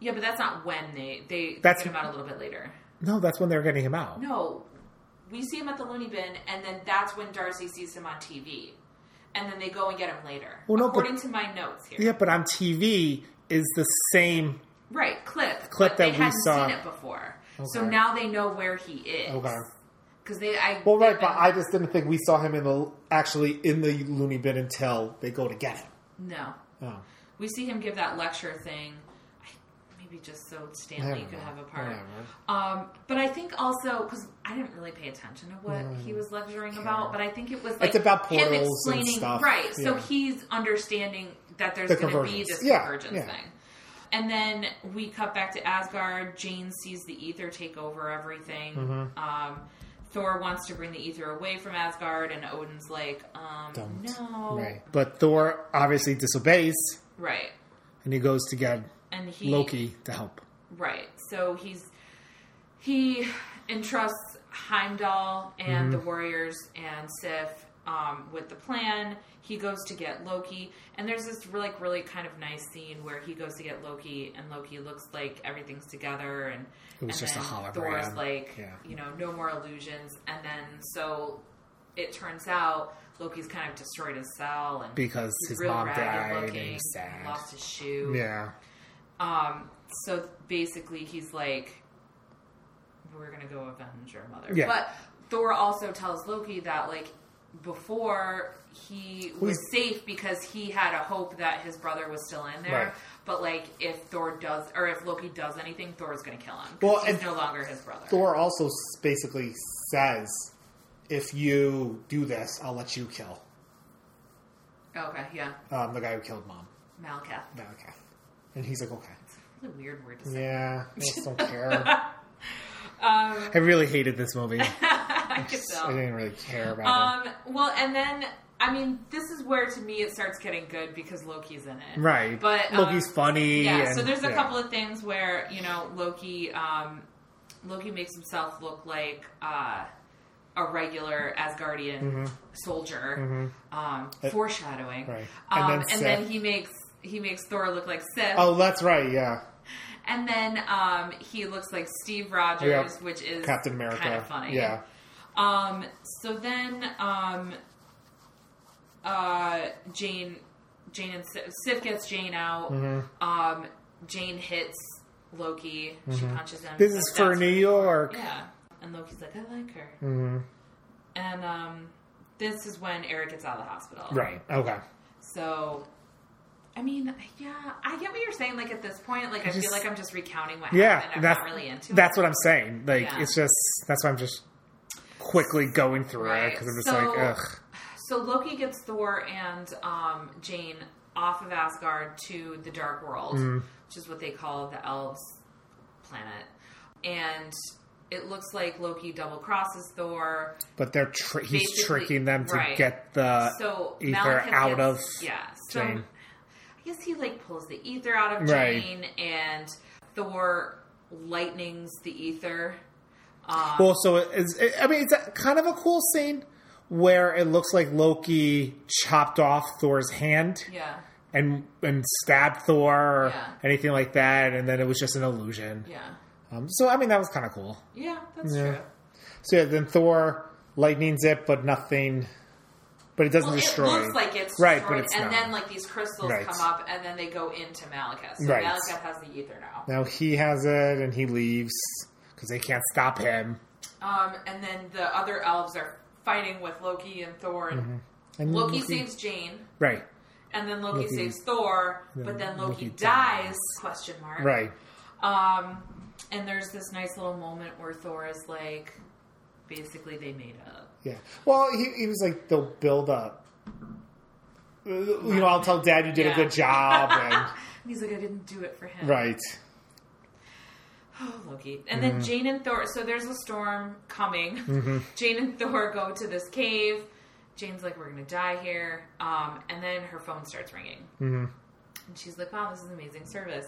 [SPEAKER 1] Yeah, but that's not when they they
[SPEAKER 2] That's-
[SPEAKER 1] that's, him out a little bit later.
[SPEAKER 2] no, that's when they're getting him out.
[SPEAKER 1] No, we see him at the loony bin, and then that's when Darcy sees him on TV, and then they go and get him later.
[SPEAKER 2] Well, no, but-
[SPEAKER 1] According to my notes here,
[SPEAKER 2] Yeah, but on TV is the same.
[SPEAKER 1] right clip
[SPEAKER 2] Clip
[SPEAKER 1] but they
[SPEAKER 2] that we
[SPEAKER 1] hadn't
[SPEAKER 2] saw.
[SPEAKER 1] seen it before, so
[SPEAKER 2] Okay.
[SPEAKER 1] now they know where he is.
[SPEAKER 2] Okay.
[SPEAKER 1] because they I
[SPEAKER 2] Well, right,
[SPEAKER 1] they've
[SPEAKER 2] but
[SPEAKER 1] been-
[SPEAKER 2] I just didn't think we saw him in the actually in the loony bin until they go to get him.
[SPEAKER 1] no,
[SPEAKER 2] Oh,
[SPEAKER 1] we see him give that lecture thing. I- Maybe just so Stanley
[SPEAKER 2] Whatever.
[SPEAKER 1] could have a part.
[SPEAKER 2] Whatever.
[SPEAKER 1] Um, but I think also because I didn't really pay attention to what he was lecturing about, but I think it was like
[SPEAKER 2] Mm, It's about
[SPEAKER 1] him
[SPEAKER 2] portals and
[SPEAKER 1] explaining,
[SPEAKER 2] stuff.
[SPEAKER 1] right? So
[SPEAKER 2] Yeah.
[SPEAKER 1] he's understanding that there's
[SPEAKER 2] The
[SPEAKER 1] going to be
[SPEAKER 2] convergence.
[SPEAKER 1] this
[SPEAKER 2] Yeah,
[SPEAKER 1] convergence
[SPEAKER 2] yeah.
[SPEAKER 1] thing. And then we cut back to Asgard. Jane sees the ether take over everything.
[SPEAKER 2] Mm-hmm.
[SPEAKER 1] Um, Thor wants to bring the ether away from Asgard, and Odin's like, um,
[SPEAKER 2] Don't.
[SPEAKER 1] "No,
[SPEAKER 2] right. But Thor obviously disobeys,
[SPEAKER 1] right?"
[SPEAKER 2] and he goes to get
[SPEAKER 1] And he
[SPEAKER 2] Loki to help.
[SPEAKER 1] Right. So he's he entrusts Heimdall and
[SPEAKER 2] Mm-hmm.
[SPEAKER 1] the warriors and Sif um, with the plan. He goes to get Loki, and there's this really, like, really kind of nice scene where he goes to get Loki, and Loki looks like everything's together, and
[SPEAKER 2] It was
[SPEAKER 1] and
[SPEAKER 2] just a
[SPEAKER 1] then
[SPEAKER 2] hologram.
[SPEAKER 1] Thor's like,
[SPEAKER 2] Yeah.
[SPEAKER 1] you know, no more illusions, and then so it turns out Loki's kind of destroyed his cell and
[SPEAKER 2] Because
[SPEAKER 1] he's
[SPEAKER 2] his
[SPEAKER 1] real
[SPEAKER 2] mom
[SPEAKER 1] ragged
[SPEAKER 2] died and
[SPEAKER 1] looking,
[SPEAKER 2] he's sad.
[SPEAKER 1] lost his shoe,
[SPEAKER 2] Yeah.
[SPEAKER 1] um, so basically, he's like, "We're gonna go avenge your mother."
[SPEAKER 2] Yeah.
[SPEAKER 1] But Thor also tells Loki that like before he was
[SPEAKER 2] He's-
[SPEAKER 1] safe because he had a hope that his brother was still in there.
[SPEAKER 2] Right.
[SPEAKER 1] But like, if Thor does or if Loki does anything, Thor's gonna kill him. 'cause
[SPEAKER 2] Well,
[SPEAKER 1] he's
[SPEAKER 2] and
[SPEAKER 1] no longer his brother.
[SPEAKER 2] Thor also s- basically says, "If you do this, I'll let you kill
[SPEAKER 1] okay, yeah,
[SPEAKER 2] um, the guy who killed mom,
[SPEAKER 1] Malekith.
[SPEAKER 2] Malekith." And he's like, "Okay,
[SPEAKER 1] Really weird word to say.
[SPEAKER 2] yeah, I just don't care." I really hated this movie. I
[SPEAKER 1] Um, I can tell.
[SPEAKER 2] didn't really care about
[SPEAKER 1] Um, well, and then I mean, this is where to me it starts getting good because Loki's in it,
[SPEAKER 2] it. Right,
[SPEAKER 1] But um,
[SPEAKER 2] Loki's funny.
[SPEAKER 1] Yeah, so
[SPEAKER 2] and-
[SPEAKER 1] there's a
[SPEAKER 2] yeah.
[SPEAKER 1] couple of things where you know Loki, um, Loki makes himself look like uh, a regular Asgardian soldier, um, foreshadowing,
[SPEAKER 2] Mm-hmm. Uh, right. And
[SPEAKER 1] um,
[SPEAKER 2] then
[SPEAKER 1] and, then,
[SPEAKER 2] Sif.
[SPEAKER 1] he makes he makes Thor look like Sif,
[SPEAKER 2] Oh, that's right. Yeah,
[SPEAKER 1] and then um, he looks like Steve Rogers,
[SPEAKER 2] Yeah.
[SPEAKER 1] which is
[SPEAKER 2] Captain America.
[SPEAKER 1] kind of funny,
[SPEAKER 2] Yeah,
[SPEAKER 1] um, so then, um, uh, Jane, Jane and Sif, Sif gets Jane out.
[SPEAKER 2] Mm-hmm.
[SPEAKER 1] Um, Jane hits Loki. She punches him.
[SPEAKER 2] Mm-hmm. this
[SPEAKER 1] So
[SPEAKER 2] is for
[SPEAKER 1] that's-
[SPEAKER 2] New York.
[SPEAKER 1] Yeah, and Loki's like, I like her.
[SPEAKER 2] hmm
[SPEAKER 1] And um, this is when Eric gets out of the hospital.
[SPEAKER 2] Right. Okay.
[SPEAKER 1] So. I mean, yeah, I get what you're saying. Like at this point, like I,
[SPEAKER 2] just-
[SPEAKER 1] feel like I'm just recounting what
[SPEAKER 2] Yeah,
[SPEAKER 1] happened. I'm
[SPEAKER 2] that's
[SPEAKER 1] not really into
[SPEAKER 2] That's
[SPEAKER 1] it.
[SPEAKER 2] what I'm saying. Like,
[SPEAKER 1] Yeah.
[SPEAKER 2] it's just that's why I'm just quickly going through it
[SPEAKER 1] Right.
[SPEAKER 2] because I'm just
[SPEAKER 1] So-
[SPEAKER 2] like, ugh.
[SPEAKER 1] So Loki gets Thor and um, Jane off of Asgard to the Dark World,
[SPEAKER 2] Mm-hmm.
[SPEAKER 1] which is what they call the Elves' planet. And it looks like Loki double crosses Thor.
[SPEAKER 2] But they're tr- he's
[SPEAKER 1] Basically,
[SPEAKER 2] tricking them to
[SPEAKER 1] right.
[SPEAKER 2] get the
[SPEAKER 1] So
[SPEAKER 2] ether
[SPEAKER 1] Malekith
[SPEAKER 2] out of
[SPEAKER 1] gets- yeah. So
[SPEAKER 2] Jane.
[SPEAKER 1] I guess he like pulls the ether out of
[SPEAKER 2] Right.
[SPEAKER 1] Jane, and Thor lightnings the ether. Um,
[SPEAKER 2] Well, so it is, it, I mean, it's a, kind of a cool scene where it looks like Loki chopped off Thor's hand
[SPEAKER 1] yeah,
[SPEAKER 2] and and stabbed Thor or
[SPEAKER 1] Yeah.
[SPEAKER 2] anything like that, and then it was just an illusion.
[SPEAKER 1] yeah.
[SPEAKER 2] Um, so I mean that was kind of cool.
[SPEAKER 1] Yeah, that's
[SPEAKER 2] Yeah.
[SPEAKER 1] true.
[SPEAKER 2] So yeah, then Thor lightnings it, but nothing. But it doesn't
[SPEAKER 1] Well,
[SPEAKER 2] destroy.
[SPEAKER 1] it looks like it's
[SPEAKER 2] Right,
[SPEAKER 1] destroyed,
[SPEAKER 2] but it's
[SPEAKER 1] and
[SPEAKER 2] not.
[SPEAKER 1] then like these crystals
[SPEAKER 2] Right.
[SPEAKER 1] come up, and then they go into Malekith. So
[SPEAKER 2] Right.
[SPEAKER 1] Malekith has the ether now.
[SPEAKER 2] now he has it, and he leaves because they can't stop him.
[SPEAKER 1] Um, and then the other elves are fighting with Loki and Thor. And
[SPEAKER 2] And
[SPEAKER 1] Loki, saves Jane,
[SPEAKER 2] Right,
[SPEAKER 1] and then Loki,
[SPEAKER 2] Mm-hmm. Loki-
[SPEAKER 1] saves Thor, but then Loki,
[SPEAKER 2] Loki
[SPEAKER 1] dies, Question mark.
[SPEAKER 2] right,
[SPEAKER 1] Um, and there's this nice little moment where Thor is like, basically they made up.
[SPEAKER 2] yeah. Well, he, he was like, they'll build up. You know, I'll tell Dad you did
[SPEAKER 1] Yeah.
[SPEAKER 2] a good job, and
[SPEAKER 1] And he's like, I didn't do it for him.
[SPEAKER 2] right,
[SPEAKER 1] Oh, Loki. And then Jane and Thor. So there's a storm coming. Jane and Thor go to this cave. Jane's like, we're going to die here. Um, and then her phone starts ringing. Mm-hmm. And she's like, wow, this is amazing service.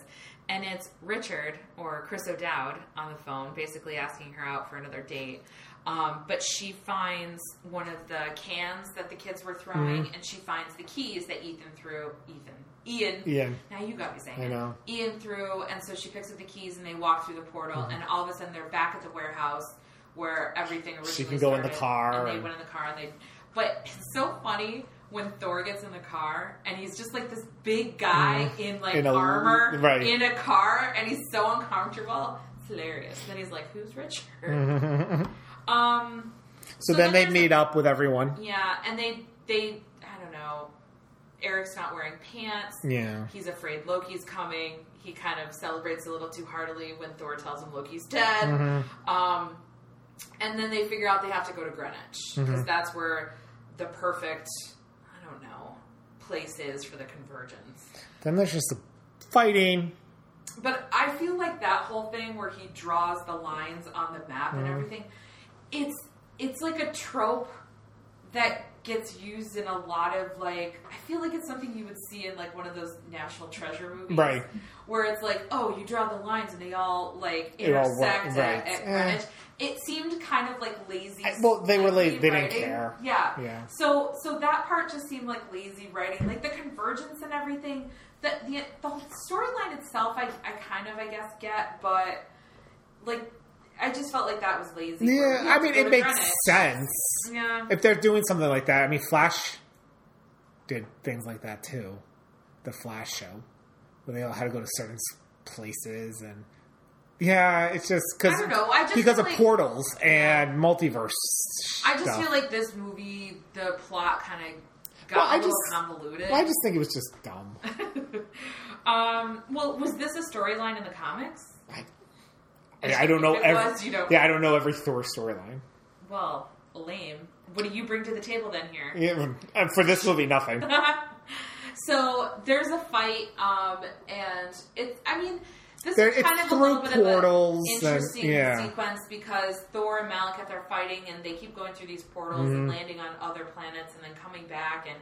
[SPEAKER 1] And it's Richard or Chris O'Dowd on the phone, basically asking her out for another date. Um, but she finds one of the cans that the kids were throwing, and she finds the keys that Ethan threw. Ethan. Ian.
[SPEAKER 2] yeah,
[SPEAKER 1] Now you got me saying
[SPEAKER 2] I
[SPEAKER 1] it.
[SPEAKER 2] know.
[SPEAKER 1] Ian through, and so she picks up the keys, and they walk through the portal,
[SPEAKER 2] Mm-hmm.
[SPEAKER 1] and all of a sudden they're back at the warehouse where everything originally.
[SPEAKER 2] She can go in the
[SPEAKER 1] started,
[SPEAKER 2] car
[SPEAKER 1] and they
[SPEAKER 2] and-
[SPEAKER 1] went in the car, and they. But it's so funny when Thor gets in the car, and he's just like this big guy in like
[SPEAKER 2] Mm-hmm. In a-
[SPEAKER 1] armor,
[SPEAKER 2] right.
[SPEAKER 1] in a car, and he's so uncomfortable. It's hilarious. Then he's like, "Who's Richard?"
[SPEAKER 2] Mm.
[SPEAKER 1] Um.
[SPEAKER 2] So,
[SPEAKER 1] So
[SPEAKER 2] then,
[SPEAKER 1] then
[SPEAKER 2] they
[SPEAKER 1] there's
[SPEAKER 2] meet up with everyone.
[SPEAKER 1] Yeah, and they they I don't know. Eric's not wearing pants.
[SPEAKER 2] Yeah.
[SPEAKER 1] He's afraid Loki's coming. He kind of celebrates a little too heartily when Thor tells him Loki's dead.
[SPEAKER 2] Mm-hmm.
[SPEAKER 1] Um, and then they figure out they have to go to Greenwich because that's where the perfect, I don't know, place is for the convergence.
[SPEAKER 2] Then there's just the fighting.
[SPEAKER 1] But I feel like that whole thing where he draws the lines on the map
[SPEAKER 2] Mm-hmm.
[SPEAKER 1] and everything, it's it's like a trope that gets used in a lot of like I feel like it's something you would see in like one of those national treasure movies.
[SPEAKER 2] Right.
[SPEAKER 1] Where it's like, oh, you draw the lines and they all like
[SPEAKER 2] It all work-
[SPEAKER 1] intersect at,
[SPEAKER 2] right.
[SPEAKER 1] at
[SPEAKER 2] Eh.
[SPEAKER 1] Greenwich. It seemed kind of like lazy.
[SPEAKER 2] I- well, they were la-
[SPEAKER 1] lazy
[SPEAKER 2] they didn't
[SPEAKER 1] writing.
[SPEAKER 2] care.
[SPEAKER 1] Yeah.
[SPEAKER 2] Yeah.
[SPEAKER 1] So so that part just seemed like lazy writing, like the convergence and everything. The the, the whole storyline itself, I, I kind of I guess get, but like I just felt like that was lazy.
[SPEAKER 2] Yeah,
[SPEAKER 1] We have
[SPEAKER 2] I
[SPEAKER 1] to
[SPEAKER 2] mean,
[SPEAKER 1] go
[SPEAKER 2] it
[SPEAKER 1] to
[SPEAKER 2] makes
[SPEAKER 1] Greenwich.
[SPEAKER 2] sense.
[SPEAKER 1] Yeah.
[SPEAKER 2] if they're doing something like that, I mean, Flash did things like that too. The Flash show, where they all had to go to certain s- places, and yeah, it's just because
[SPEAKER 1] I don't know, I just
[SPEAKER 2] because
[SPEAKER 1] feel
[SPEAKER 2] of
[SPEAKER 1] like-
[SPEAKER 2] portals and multiverse.
[SPEAKER 1] I just
[SPEAKER 2] stuff.
[SPEAKER 1] feel like this movie, the plot kind of got
[SPEAKER 2] Well, I
[SPEAKER 1] a little
[SPEAKER 2] just-
[SPEAKER 1] convoluted.
[SPEAKER 2] I just think it was just dumb.
[SPEAKER 1] um, well, was this a storyline in the comics?
[SPEAKER 2] I, I, I don't know.
[SPEAKER 1] If it
[SPEAKER 2] every,
[SPEAKER 1] was, you don't-
[SPEAKER 2] yeah, I don't know every Thor storyline.
[SPEAKER 1] Well, lame. What do you bring to the table then here?
[SPEAKER 2] Yeah, and for this movie, nothing.
[SPEAKER 1] so there's a fight, um, and it. I mean, this
[SPEAKER 2] There-
[SPEAKER 1] is kind
[SPEAKER 2] it's
[SPEAKER 1] of a little
[SPEAKER 2] through
[SPEAKER 1] bit of an
[SPEAKER 2] portals and-
[SPEAKER 1] interesting
[SPEAKER 2] yeah.
[SPEAKER 1] sequence because Thor and Malekith are fighting, and they keep going through these portals
[SPEAKER 2] Mm-hmm.
[SPEAKER 1] and landing on other planets, and then coming back. And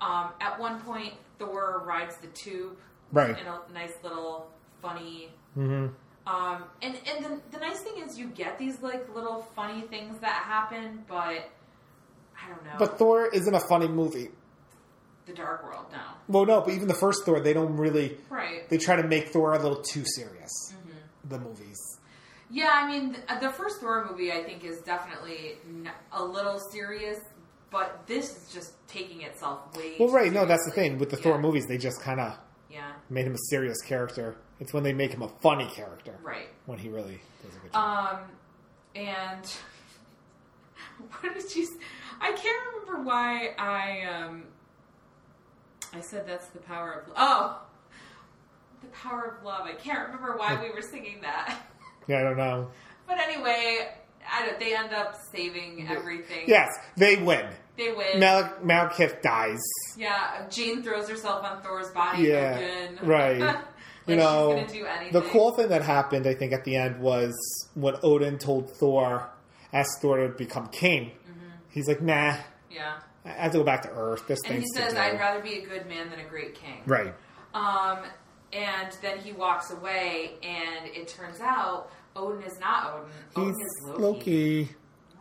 [SPEAKER 1] um, at one point, Thor rides the tube
[SPEAKER 2] Right. Mm-hmm.
[SPEAKER 1] in a nice little funny. Um, and and the, the nice thing is you get these like little funny things that happen, but I don't know
[SPEAKER 2] But Thor isn't a funny movie.
[SPEAKER 1] the Dark World now,
[SPEAKER 2] Well, no, but even the first Thor, they don't really.
[SPEAKER 1] right?
[SPEAKER 2] They try to make Thor a little too serious.
[SPEAKER 1] Mm-hmm.
[SPEAKER 2] The movies.
[SPEAKER 1] Yeah, I mean, th- the first Thor movie, I think, is definitely n- a little serious, but this is just taking itself way.
[SPEAKER 2] Well,
[SPEAKER 1] too
[SPEAKER 2] right, no, that's the
[SPEAKER 1] seriously.
[SPEAKER 2] thing. With the
[SPEAKER 1] Yeah,
[SPEAKER 2] Thor movies, they just kind of
[SPEAKER 1] Yeah,
[SPEAKER 2] made him a serious character. It's when they make him a funny character
[SPEAKER 1] right.
[SPEAKER 2] when he really does a good job.
[SPEAKER 1] Um, and what did you? s- I can't remember why I um. I said that's the power of oh, the power of love. I can't remember why we were singing that,
[SPEAKER 2] yeah, I don't know.
[SPEAKER 1] but anyway, I don't. They end up saving everything.
[SPEAKER 2] Yes, they win.
[SPEAKER 1] they win.
[SPEAKER 2] Mal- Malekith dies.
[SPEAKER 1] Yeah, Jane throws herself on Thor's body
[SPEAKER 2] Yeah,
[SPEAKER 1] again.
[SPEAKER 2] right.
[SPEAKER 1] like
[SPEAKER 2] You know,
[SPEAKER 1] she's gonna do anything.
[SPEAKER 2] The cool thing that happened, I think, at the end was when Odin told Thor, asked Thor to become king.
[SPEAKER 1] Mm-hmm.
[SPEAKER 2] He's like, nah,
[SPEAKER 1] Yeah,
[SPEAKER 2] I have to go back to Earth. There's
[SPEAKER 1] and he
[SPEAKER 2] things
[SPEAKER 1] says,
[SPEAKER 2] to do.
[SPEAKER 1] "I'd rather be a good man than a great king."
[SPEAKER 2] right.
[SPEAKER 1] Um, and then he walks away, and it turns out Odin is not Odin.
[SPEAKER 2] He's
[SPEAKER 1] Odin is Loki.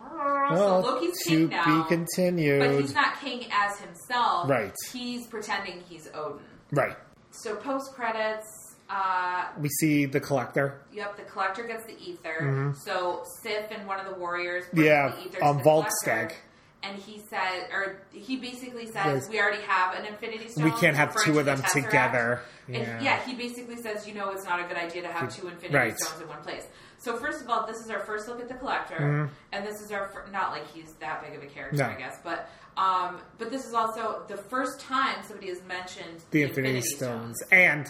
[SPEAKER 1] Ah,
[SPEAKER 2] Loki.
[SPEAKER 1] so
[SPEAKER 2] Well,
[SPEAKER 1] Loki's
[SPEAKER 2] to
[SPEAKER 1] king now,
[SPEAKER 2] be continued.
[SPEAKER 1] but he's not king as himself.
[SPEAKER 2] Right.
[SPEAKER 1] He's pretending he's Odin.
[SPEAKER 2] right.
[SPEAKER 1] So post credits, Uh,
[SPEAKER 2] We see the collector.
[SPEAKER 1] yep, the collector gets the ether. So Sif and one of the warriors. brings
[SPEAKER 2] Mm-hmm. Yeah,
[SPEAKER 1] the ether
[SPEAKER 2] um,
[SPEAKER 1] to the
[SPEAKER 2] Volstagg.
[SPEAKER 1] collector, And he said, or he basically
[SPEAKER 2] Yes.
[SPEAKER 1] says, we already have an infinity stone.
[SPEAKER 2] We can't have
[SPEAKER 1] referring
[SPEAKER 2] two
[SPEAKER 1] to
[SPEAKER 2] of
[SPEAKER 1] the
[SPEAKER 2] them
[SPEAKER 1] Tesseract.
[SPEAKER 2] together.
[SPEAKER 1] And yeah, he basically says, you know, it's not a good idea to have two infinity
[SPEAKER 2] Right.
[SPEAKER 1] stones in one place. So first of all, this is our first look at the collector, and this is our fir- not like he's that big of a character,
[SPEAKER 2] Mm-hmm. No.
[SPEAKER 1] I guess, but um, but this is also the first time somebody has mentioned
[SPEAKER 2] the Infinity Stones, and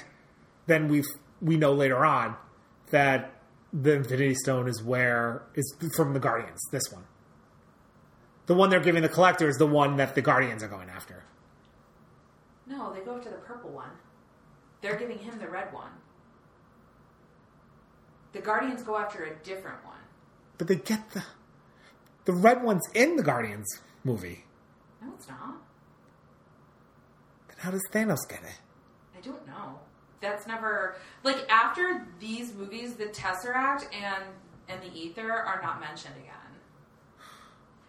[SPEAKER 2] then we we know later on that the Infinity Stone is where is from the Guardians. This one, the one they're giving the Collector, is the one that the Guardians are going after.
[SPEAKER 1] No, they go after the purple one. They're giving him the red one. The Guardians go after a different one.
[SPEAKER 2] But they get the the red ones in the Guardians movie.
[SPEAKER 1] No, it's not.
[SPEAKER 2] Then how does Thanos get it?
[SPEAKER 1] I don't know. That's never like after these movies, the Tesseract and and the Ether are not mentioned again.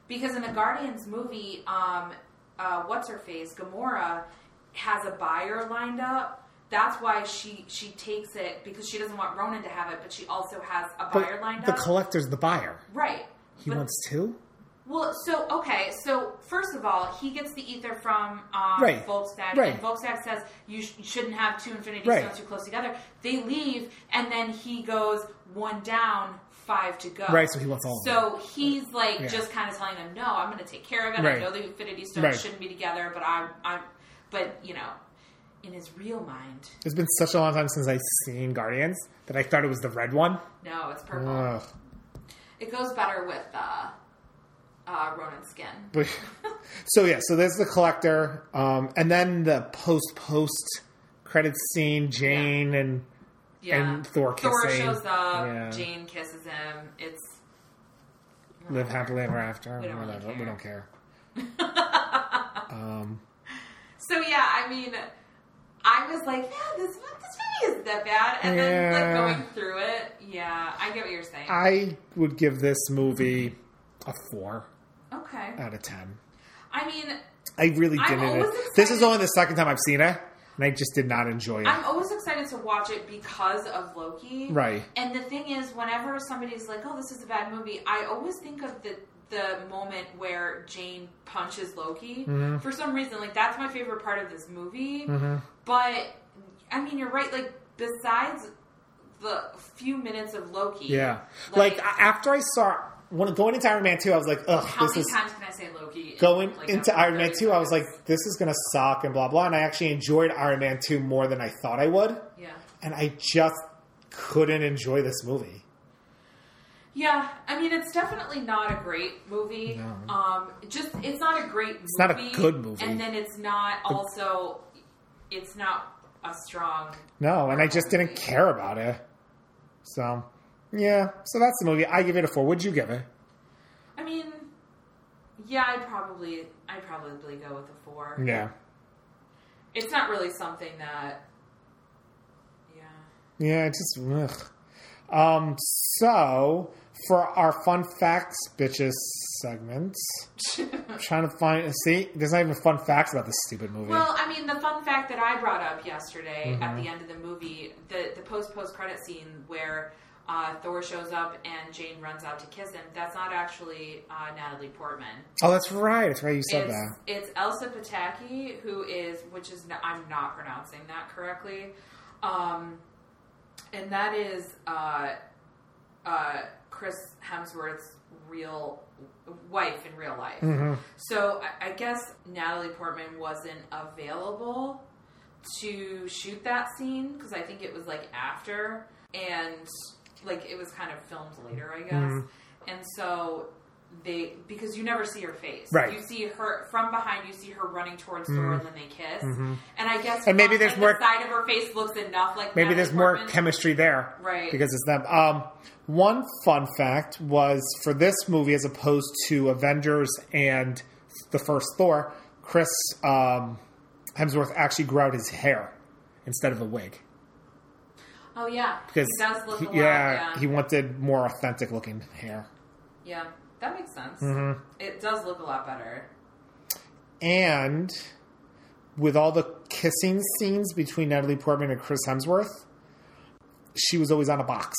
[SPEAKER 1] Because in the Guardians movie, um, uh, what's her face, Gamora, has a buyer lined up. That's why she she takes it because she doesn't want Ronan to have it, but she also has a
[SPEAKER 2] But
[SPEAKER 1] buyer lined
[SPEAKER 2] the
[SPEAKER 1] up.
[SPEAKER 2] collector's the buyer.
[SPEAKER 1] right.
[SPEAKER 2] He
[SPEAKER 1] But-
[SPEAKER 2] wants two.
[SPEAKER 1] well, so okay, so first of all, he gets the ether from um,
[SPEAKER 2] Right.
[SPEAKER 1] Volstagg,
[SPEAKER 2] Right.
[SPEAKER 1] and Volstagg says you, sh- you shouldn't have two infinity
[SPEAKER 2] Right.
[SPEAKER 1] stones too close together. They leave, and then he goes one down, five to go.
[SPEAKER 2] Right, so he wants all of
[SPEAKER 1] So he's like
[SPEAKER 2] Yeah.
[SPEAKER 1] just kind of telling them, "No, I'm going to take care of it.
[SPEAKER 2] Right.
[SPEAKER 1] I know the infinity stones
[SPEAKER 2] Right.
[SPEAKER 1] shouldn't be together, but I'm, I'm, but you know, in his real mind,
[SPEAKER 2] It's been such a long time since I've seen Guardians that I thought it was the red one.
[SPEAKER 1] no, it's purple.
[SPEAKER 2] Ugh.
[SPEAKER 1] It goes better with uh, uh, Ronan's skin."
[SPEAKER 2] But- so yeah, so there's the collector, um, and then the post post credit scene, Jane and
[SPEAKER 1] Yeah.
[SPEAKER 2] and Thor kissing.
[SPEAKER 1] shows up.
[SPEAKER 2] Yeah.
[SPEAKER 1] Jane kisses him. It's
[SPEAKER 2] live happily ever after.
[SPEAKER 1] We don't really
[SPEAKER 2] Whatever, we
[SPEAKER 1] care. Uh-huh.
[SPEAKER 2] don't care. Um,
[SPEAKER 1] so yeah. I mean, I was like, yeah, this this movie isn't that bad. And
[SPEAKER 2] Yeah.
[SPEAKER 1] then like going through it, yeah, I get what you're saying.
[SPEAKER 2] I would give this movie a four
[SPEAKER 1] okay.
[SPEAKER 2] out of ten.
[SPEAKER 1] I mean,
[SPEAKER 2] I really
[SPEAKER 1] I'm
[SPEAKER 2] didn't. e-,
[SPEAKER 1] always
[SPEAKER 2] This is
[SPEAKER 1] excited-
[SPEAKER 2] only the second time I've seen it, and I just did not enjoy it.
[SPEAKER 1] I'm always excited to watch it because of Loki.
[SPEAKER 2] Right.
[SPEAKER 1] And the thing is, whenever somebody's like, "Oh, this is a bad movie," I always think of the the moment where Jane punches Loki.
[SPEAKER 2] Mm-hmm.
[SPEAKER 1] For some reason, like that's my favorite part of this movie. But I mean, you're right. Like besides the few minutes of Loki,
[SPEAKER 2] yeah, like,
[SPEAKER 1] Like-
[SPEAKER 2] a- after I saw when going into Iron Man two, I was like, ugh,
[SPEAKER 1] how
[SPEAKER 2] this
[SPEAKER 1] many
[SPEAKER 2] is
[SPEAKER 1] times can I say Loki? in,
[SPEAKER 2] going
[SPEAKER 1] like,
[SPEAKER 2] into
[SPEAKER 1] a-
[SPEAKER 2] Iron Man 2, I was
[SPEAKER 1] seconds?
[SPEAKER 2] like, this is going to suck and blah, blah. And I actually enjoyed Iron Man 2 more than I thought I would.
[SPEAKER 1] yeah,
[SPEAKER 2] And I just couldn't enjoy this movie.
[SPEAKER 1] yeah. I mean, it's definitely not a great movie.
[SPEAKER 2] No.
[SPEAKER 1] Um, just it's not a great. It's
[SPEAKER 2] not a good movie.
[SPEAKER 1] and then it's not also. It's not a strong
[SPEAKER 2] No, and I just didn't care about it. So, yeah. So that's the movie. I give it a 4. Would you give it?
[SPEAKER 1] I mean, yeah, I'd probably I'd probably go with a four.
[SPEAKER 2] Yeah.
[SPEAKER 1] It's not really something that. Yeah.
[SPEAKER 2] Yeah, it just. Ugh. Um, so, for our fun facts, bitches segment, I'm trying to find. See, there's not even fun facts about this stupid movie.
[SPEAKER 1] Well, I mean, the fun fact that I brought up yesterday at the end of the movie, the the post post credit scene where. Uh, Thor shows up and Jane runs out to kiss him. That's not actually uh, Natalie Portman.
[SPEAKER 2] oh, that's right. That's right. You said
[SPEAKER 1] It's,
[SPEAKER 2] that.
[SPEAKER 1] it's Elsa Pataki, who is, which is, no- I'm not pronouncing that correctly. Um, and that is uh, uh, Chris Hemsworth's real wife in real life. So I, I guess Natalie Portman wasn't available to shoot that scene because I think it was like after and like it was kind of filmed later, I guess.
[SPEAKER 2] Mm-hmm.
[SPEAKER 1] And so they because you never see her face,
[SPEAKER 2] Right. Mm-hmm.
[SPEAKER 1] You see her from behind. You see her running towards the door, and then they kiss. And I guess
[SPEAKER 2] And maybe
[SPEAKER 1] from,
[SPEAKER 2] there's
[SPEAKER 1] like,
[SPEAKER 2] more-
[SPEAKER 1] the side of her face looks enough like
[SPEAKER 2] Maybe
[SPEAKER 1] Natalie
[SPEAKER 2] there's more
[SPEAKER 1] Portman.
[SPEAKER 2] chemistry there.
[SPEAKER 1] Right.
[SPEAKER 2] Because it's them. Um, one fun fact was for this movie, as opposed to Avengers and the first Thor, Chris um, Hemsworth actually grew out his hair instead of a wig.
[SPEAKER 1] Oh yeah,
[SPEAKER 2] Because
[SPEAKER 1] he does look
[SPEAKER 2] he-
[SPEAKER 1] a lot.
[SPEAKER 2] yeah,
[SPEAKER 1] yeah.
[SPEAKER 2] he wanted more authentic looking hair.
[SPEAKER 1] Yeah, that makes sense.
[SPEAKER 2] Mm-hmm.
[SPEAKER 1] It does look a lot better.
[SPEAKER 2] And with all the kissing scenes between Natalie Portman and Chris Hemsworth, she was always on a box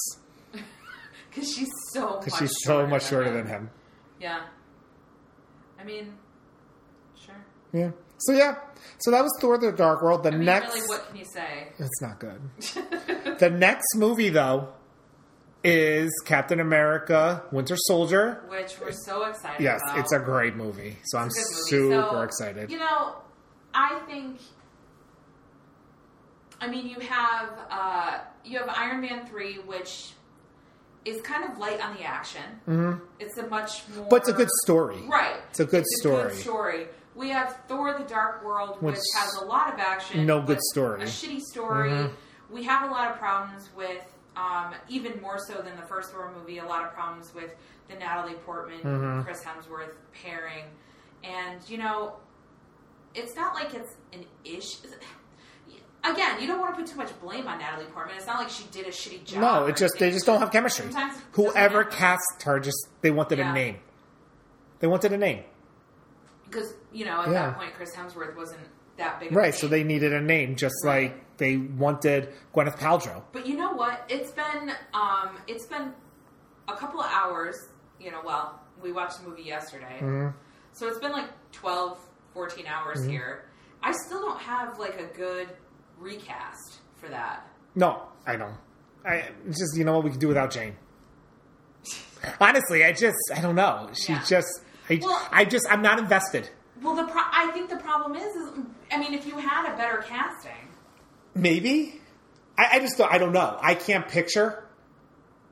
[SPEAKER 1] because she's so
[SPEAKER 2] because
[SPEAKER 1] much
[SPEAKER 2] she's so much shorter
[SPEAKER 1] him.
[SPEAKER 2] than him.
[SPEAKER 1] Yeah. I mean, sure.
[SPEAKER 2] Yeah. So yeah. So that was Thor: The Dark World. The
[SPEAKER 1] I mean,
[SPEAKER 2] next,
[SPEAKER 1] really, what can you say?
[SPEAKER 2] it's not good. the next movie though is Captain America: Winter Soldier.
[SPEAKER 1] Which we're so excited
[SPEAKER 2] Yes,
[SPEAKER 1] about.
[SPEAKER 2] it's a great movie. So I'm
[SPEAKER 1] It's a good movie.
[SPEAKER 2] super
[SPEAKER 1] So,
[SPEAKER 2] excited.
[SPEAKER 1] You know, I think. I mean, you have uh, you have Iron Man three, which is kind of light on the action.
[SPEAKER 2] Mhm.
[SPEAKER 1] It's a much more,
[SPEAKER 2] But it's a good story.
[SPEAKER 1] right.
[SPEAKER 2] It's a good story.
[SPEAKER 1] story. We have Thor: The Dark World, which,
[SPEAKER 2] Which-
[SPEAKER 1] has a lot of action.
[SPEAKER 2] no good
[SPEAKER 1] but
[SPEAKER 2] story.
[SPEAKER 1] A shitty story.
[SPEAKER 2] Mhm.
[SPEAKER 1] We have a lot of problems with. Um, even more so than the first Thor movie, a lot of problems with the Natalie Portman,
[SPEAKER 2] Mhm.
[SPEAKER 1] Chris Hemsworth pairing, and you know, it's not like it's an ish. Again, you don't want to put too much blame on Natalie Portman. It's not like she did a shitty job.
[SPEAKER 2] No,
[SPEAKER 1] or
[SPEAKER 2] it just they
[SPEAKER 1] anything.
[SPEAKER 2] just don't have chemistry.
[SPEAKER 1] Sometimes it doesn't
[SPEAKER 2] Whoever
[SPEAKER 1] happen.
[SPEAKER 2] cast her, just they wanted
[SPEAKER 1] Yeah.
[SPEAKER 2] a name. They wanted a name,
[SPEAKER 1] because you know at
[SPEAKER 2] Yeah.
[SPEAKER 1] that point Chris Hemsworth wasn't that big. of a
[SPEAKER 2] right? So
[SPEAKER 1] name.
[SPEAKER 2] they needed a name, just
[SPEAKER 1] Right.
[SPEAKER 2] like they wanted Gwyneth Paltrow.
[SPEAKER 1] But you know what? It's been um, it's been a couple of hours. You know, well, we watched the movie yesterday,
[SPEAKER 2] Mhm.
[SPEAKER 1] so it's been like 12, 14 hours here. I still don't have like a good recast for that.
[SPEAKER 2] No, I don't. I it's just you know what we could do without Jane. Honestly, I just I don't know. She
[SPEAKER 1] Yeah.
[SPEAKER 2] just I,
[SPEAKER 1] Well-
[SPEAKER 2] I just I'm not invested.
[SPEAKER 1] Well, the pro- I think the problem is, is, I mean, if you had a better casting,
[SPEAKER 2] Maybe I, I just don't, I don't know. I can't picture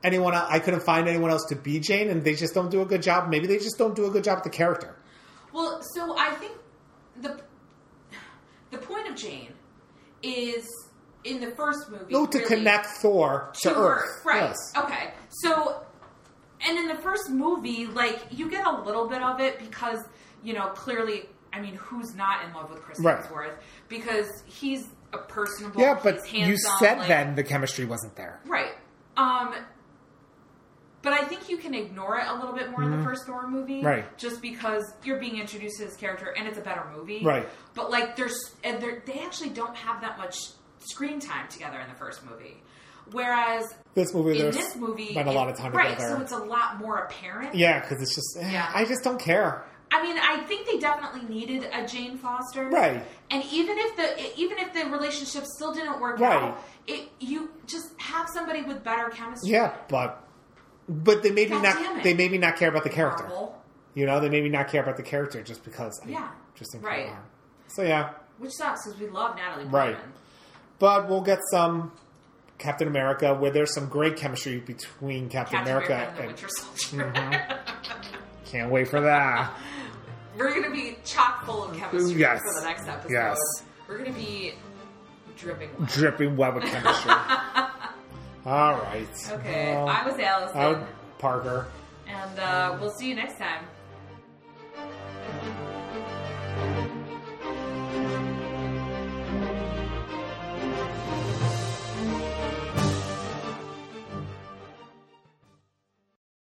[SPEAKER 2] anyone. el I couldn't find anyone else to be Jane, and they just don't do a good job. Maybe they just don't do a good job with the character.
[SPEAKER 1] well, so I think the the point of Jane is in the first movie.
[SPEAKER 2] No, to
[SPEAKER 1] really-
[SPEAKER 2] connect Thor to, Earth.
[SPEAKER 1] Right. Oh,
[SPEAKER 2] Yes.
[SPEAKER 1] Okay. So, and in the first movie, like you get a little bit of it because you know clearly. I mean, who's not in love with Chris
[SPEAKER 2] Right.
[SPEAKER 1] Hemsworth? Because he's a personable.
[SPEAKER 2] Yeah, but
[SPEAKER 1] he's
[SPEAKER 2] you
[SPEAKER 1] handsome,
[SPEAKER 2] said
[SPEAKER 1] like-
[SPEAKER 2] then the chemistry wasn't there.
[SPEAKER 1] right? Um, but I think you can ignore it a little bit more in the first Thor movie,
[SPEAKER 2] Mm-hmm. Right.
[SPEAKER 1] Just because you're being introduced to this character and it's a better movie,
[SPEAKER 2] Right.
[SPEAKER 1] But like, there's and they're, they actually don't have that much screen time together in the first movie, whereas
[SPEAKER 2] This movie,
[SPEAKER 1] in
[SPEAKER 2] there's
[SPEAKER 1] this movie
[SPEAKER 2] spent a lot of time
[SPEAKER 1] right,
[SPEAKER 2] together.
[SPEAKER 1] so it's a lot more apparent.
[SPEAKER 2] yeah, because it's just eh,
[SPEAKER 1] Yeah.
[SPEAKER 2] I just don't care.
[SPEAKER 1] I mean, I think they definitely needed a Jane Foster,
[SPEAKER 2] Right.
[SPEAKER 1] And even if the even if the relationship still didn't work
[SPEAKER 2] Right.
[SPEAKER 1] out, it you just have somebody with better chemistry.
[SPEAKER 2] Yeah, but but they made me
[SPEAKER 1] God damn
[SPEAKER 2] not
[SPEAKER 1] it.
[SPEAKER 2] they made me not care about the character.
[SPEAKER 1] Marvel,
[SPEAKER 2] You know, they made me not care about the character just because. I
[SPEAKER 1] Yeah,
[SPEAKER 2] just think
[SPEAKER 1] right.
[SPEAKER 2] So yeah,
[SPEAKER 1] which sucks because we love Natalie
[SPEAKER 2] Right.
[SPEAKER 1] Portman.
[SPEAKER 2] but we'll get some Captain America where there's some great chemistry between Captain,
[SPEAKER 1] Captain America, and the
[SPEAKER 2] and
[SPEAKER 1] Winter Soldier.
[SPEAKER 2] can't wait for that.
[SPEAKER 1] We're gonna be chock full of chemistry
[SPEAKER 2] Mm-hmm. Yes.
[SPEAKER 1] for the next episode.
[SPEAKER 2] Yes.
[SPEAKER 1] We're gonna be dripping. wet.
[SPEAKER 2] Dripping web of chemistry. All right.
[SPEAKER 1] Okay,
[SPEAKER 2] Well,
[SPEAKER 1] I was Allison,
[SPEAKER 2] I'm Parker.
[SPEAKER 1] and uh, we'll see you next time.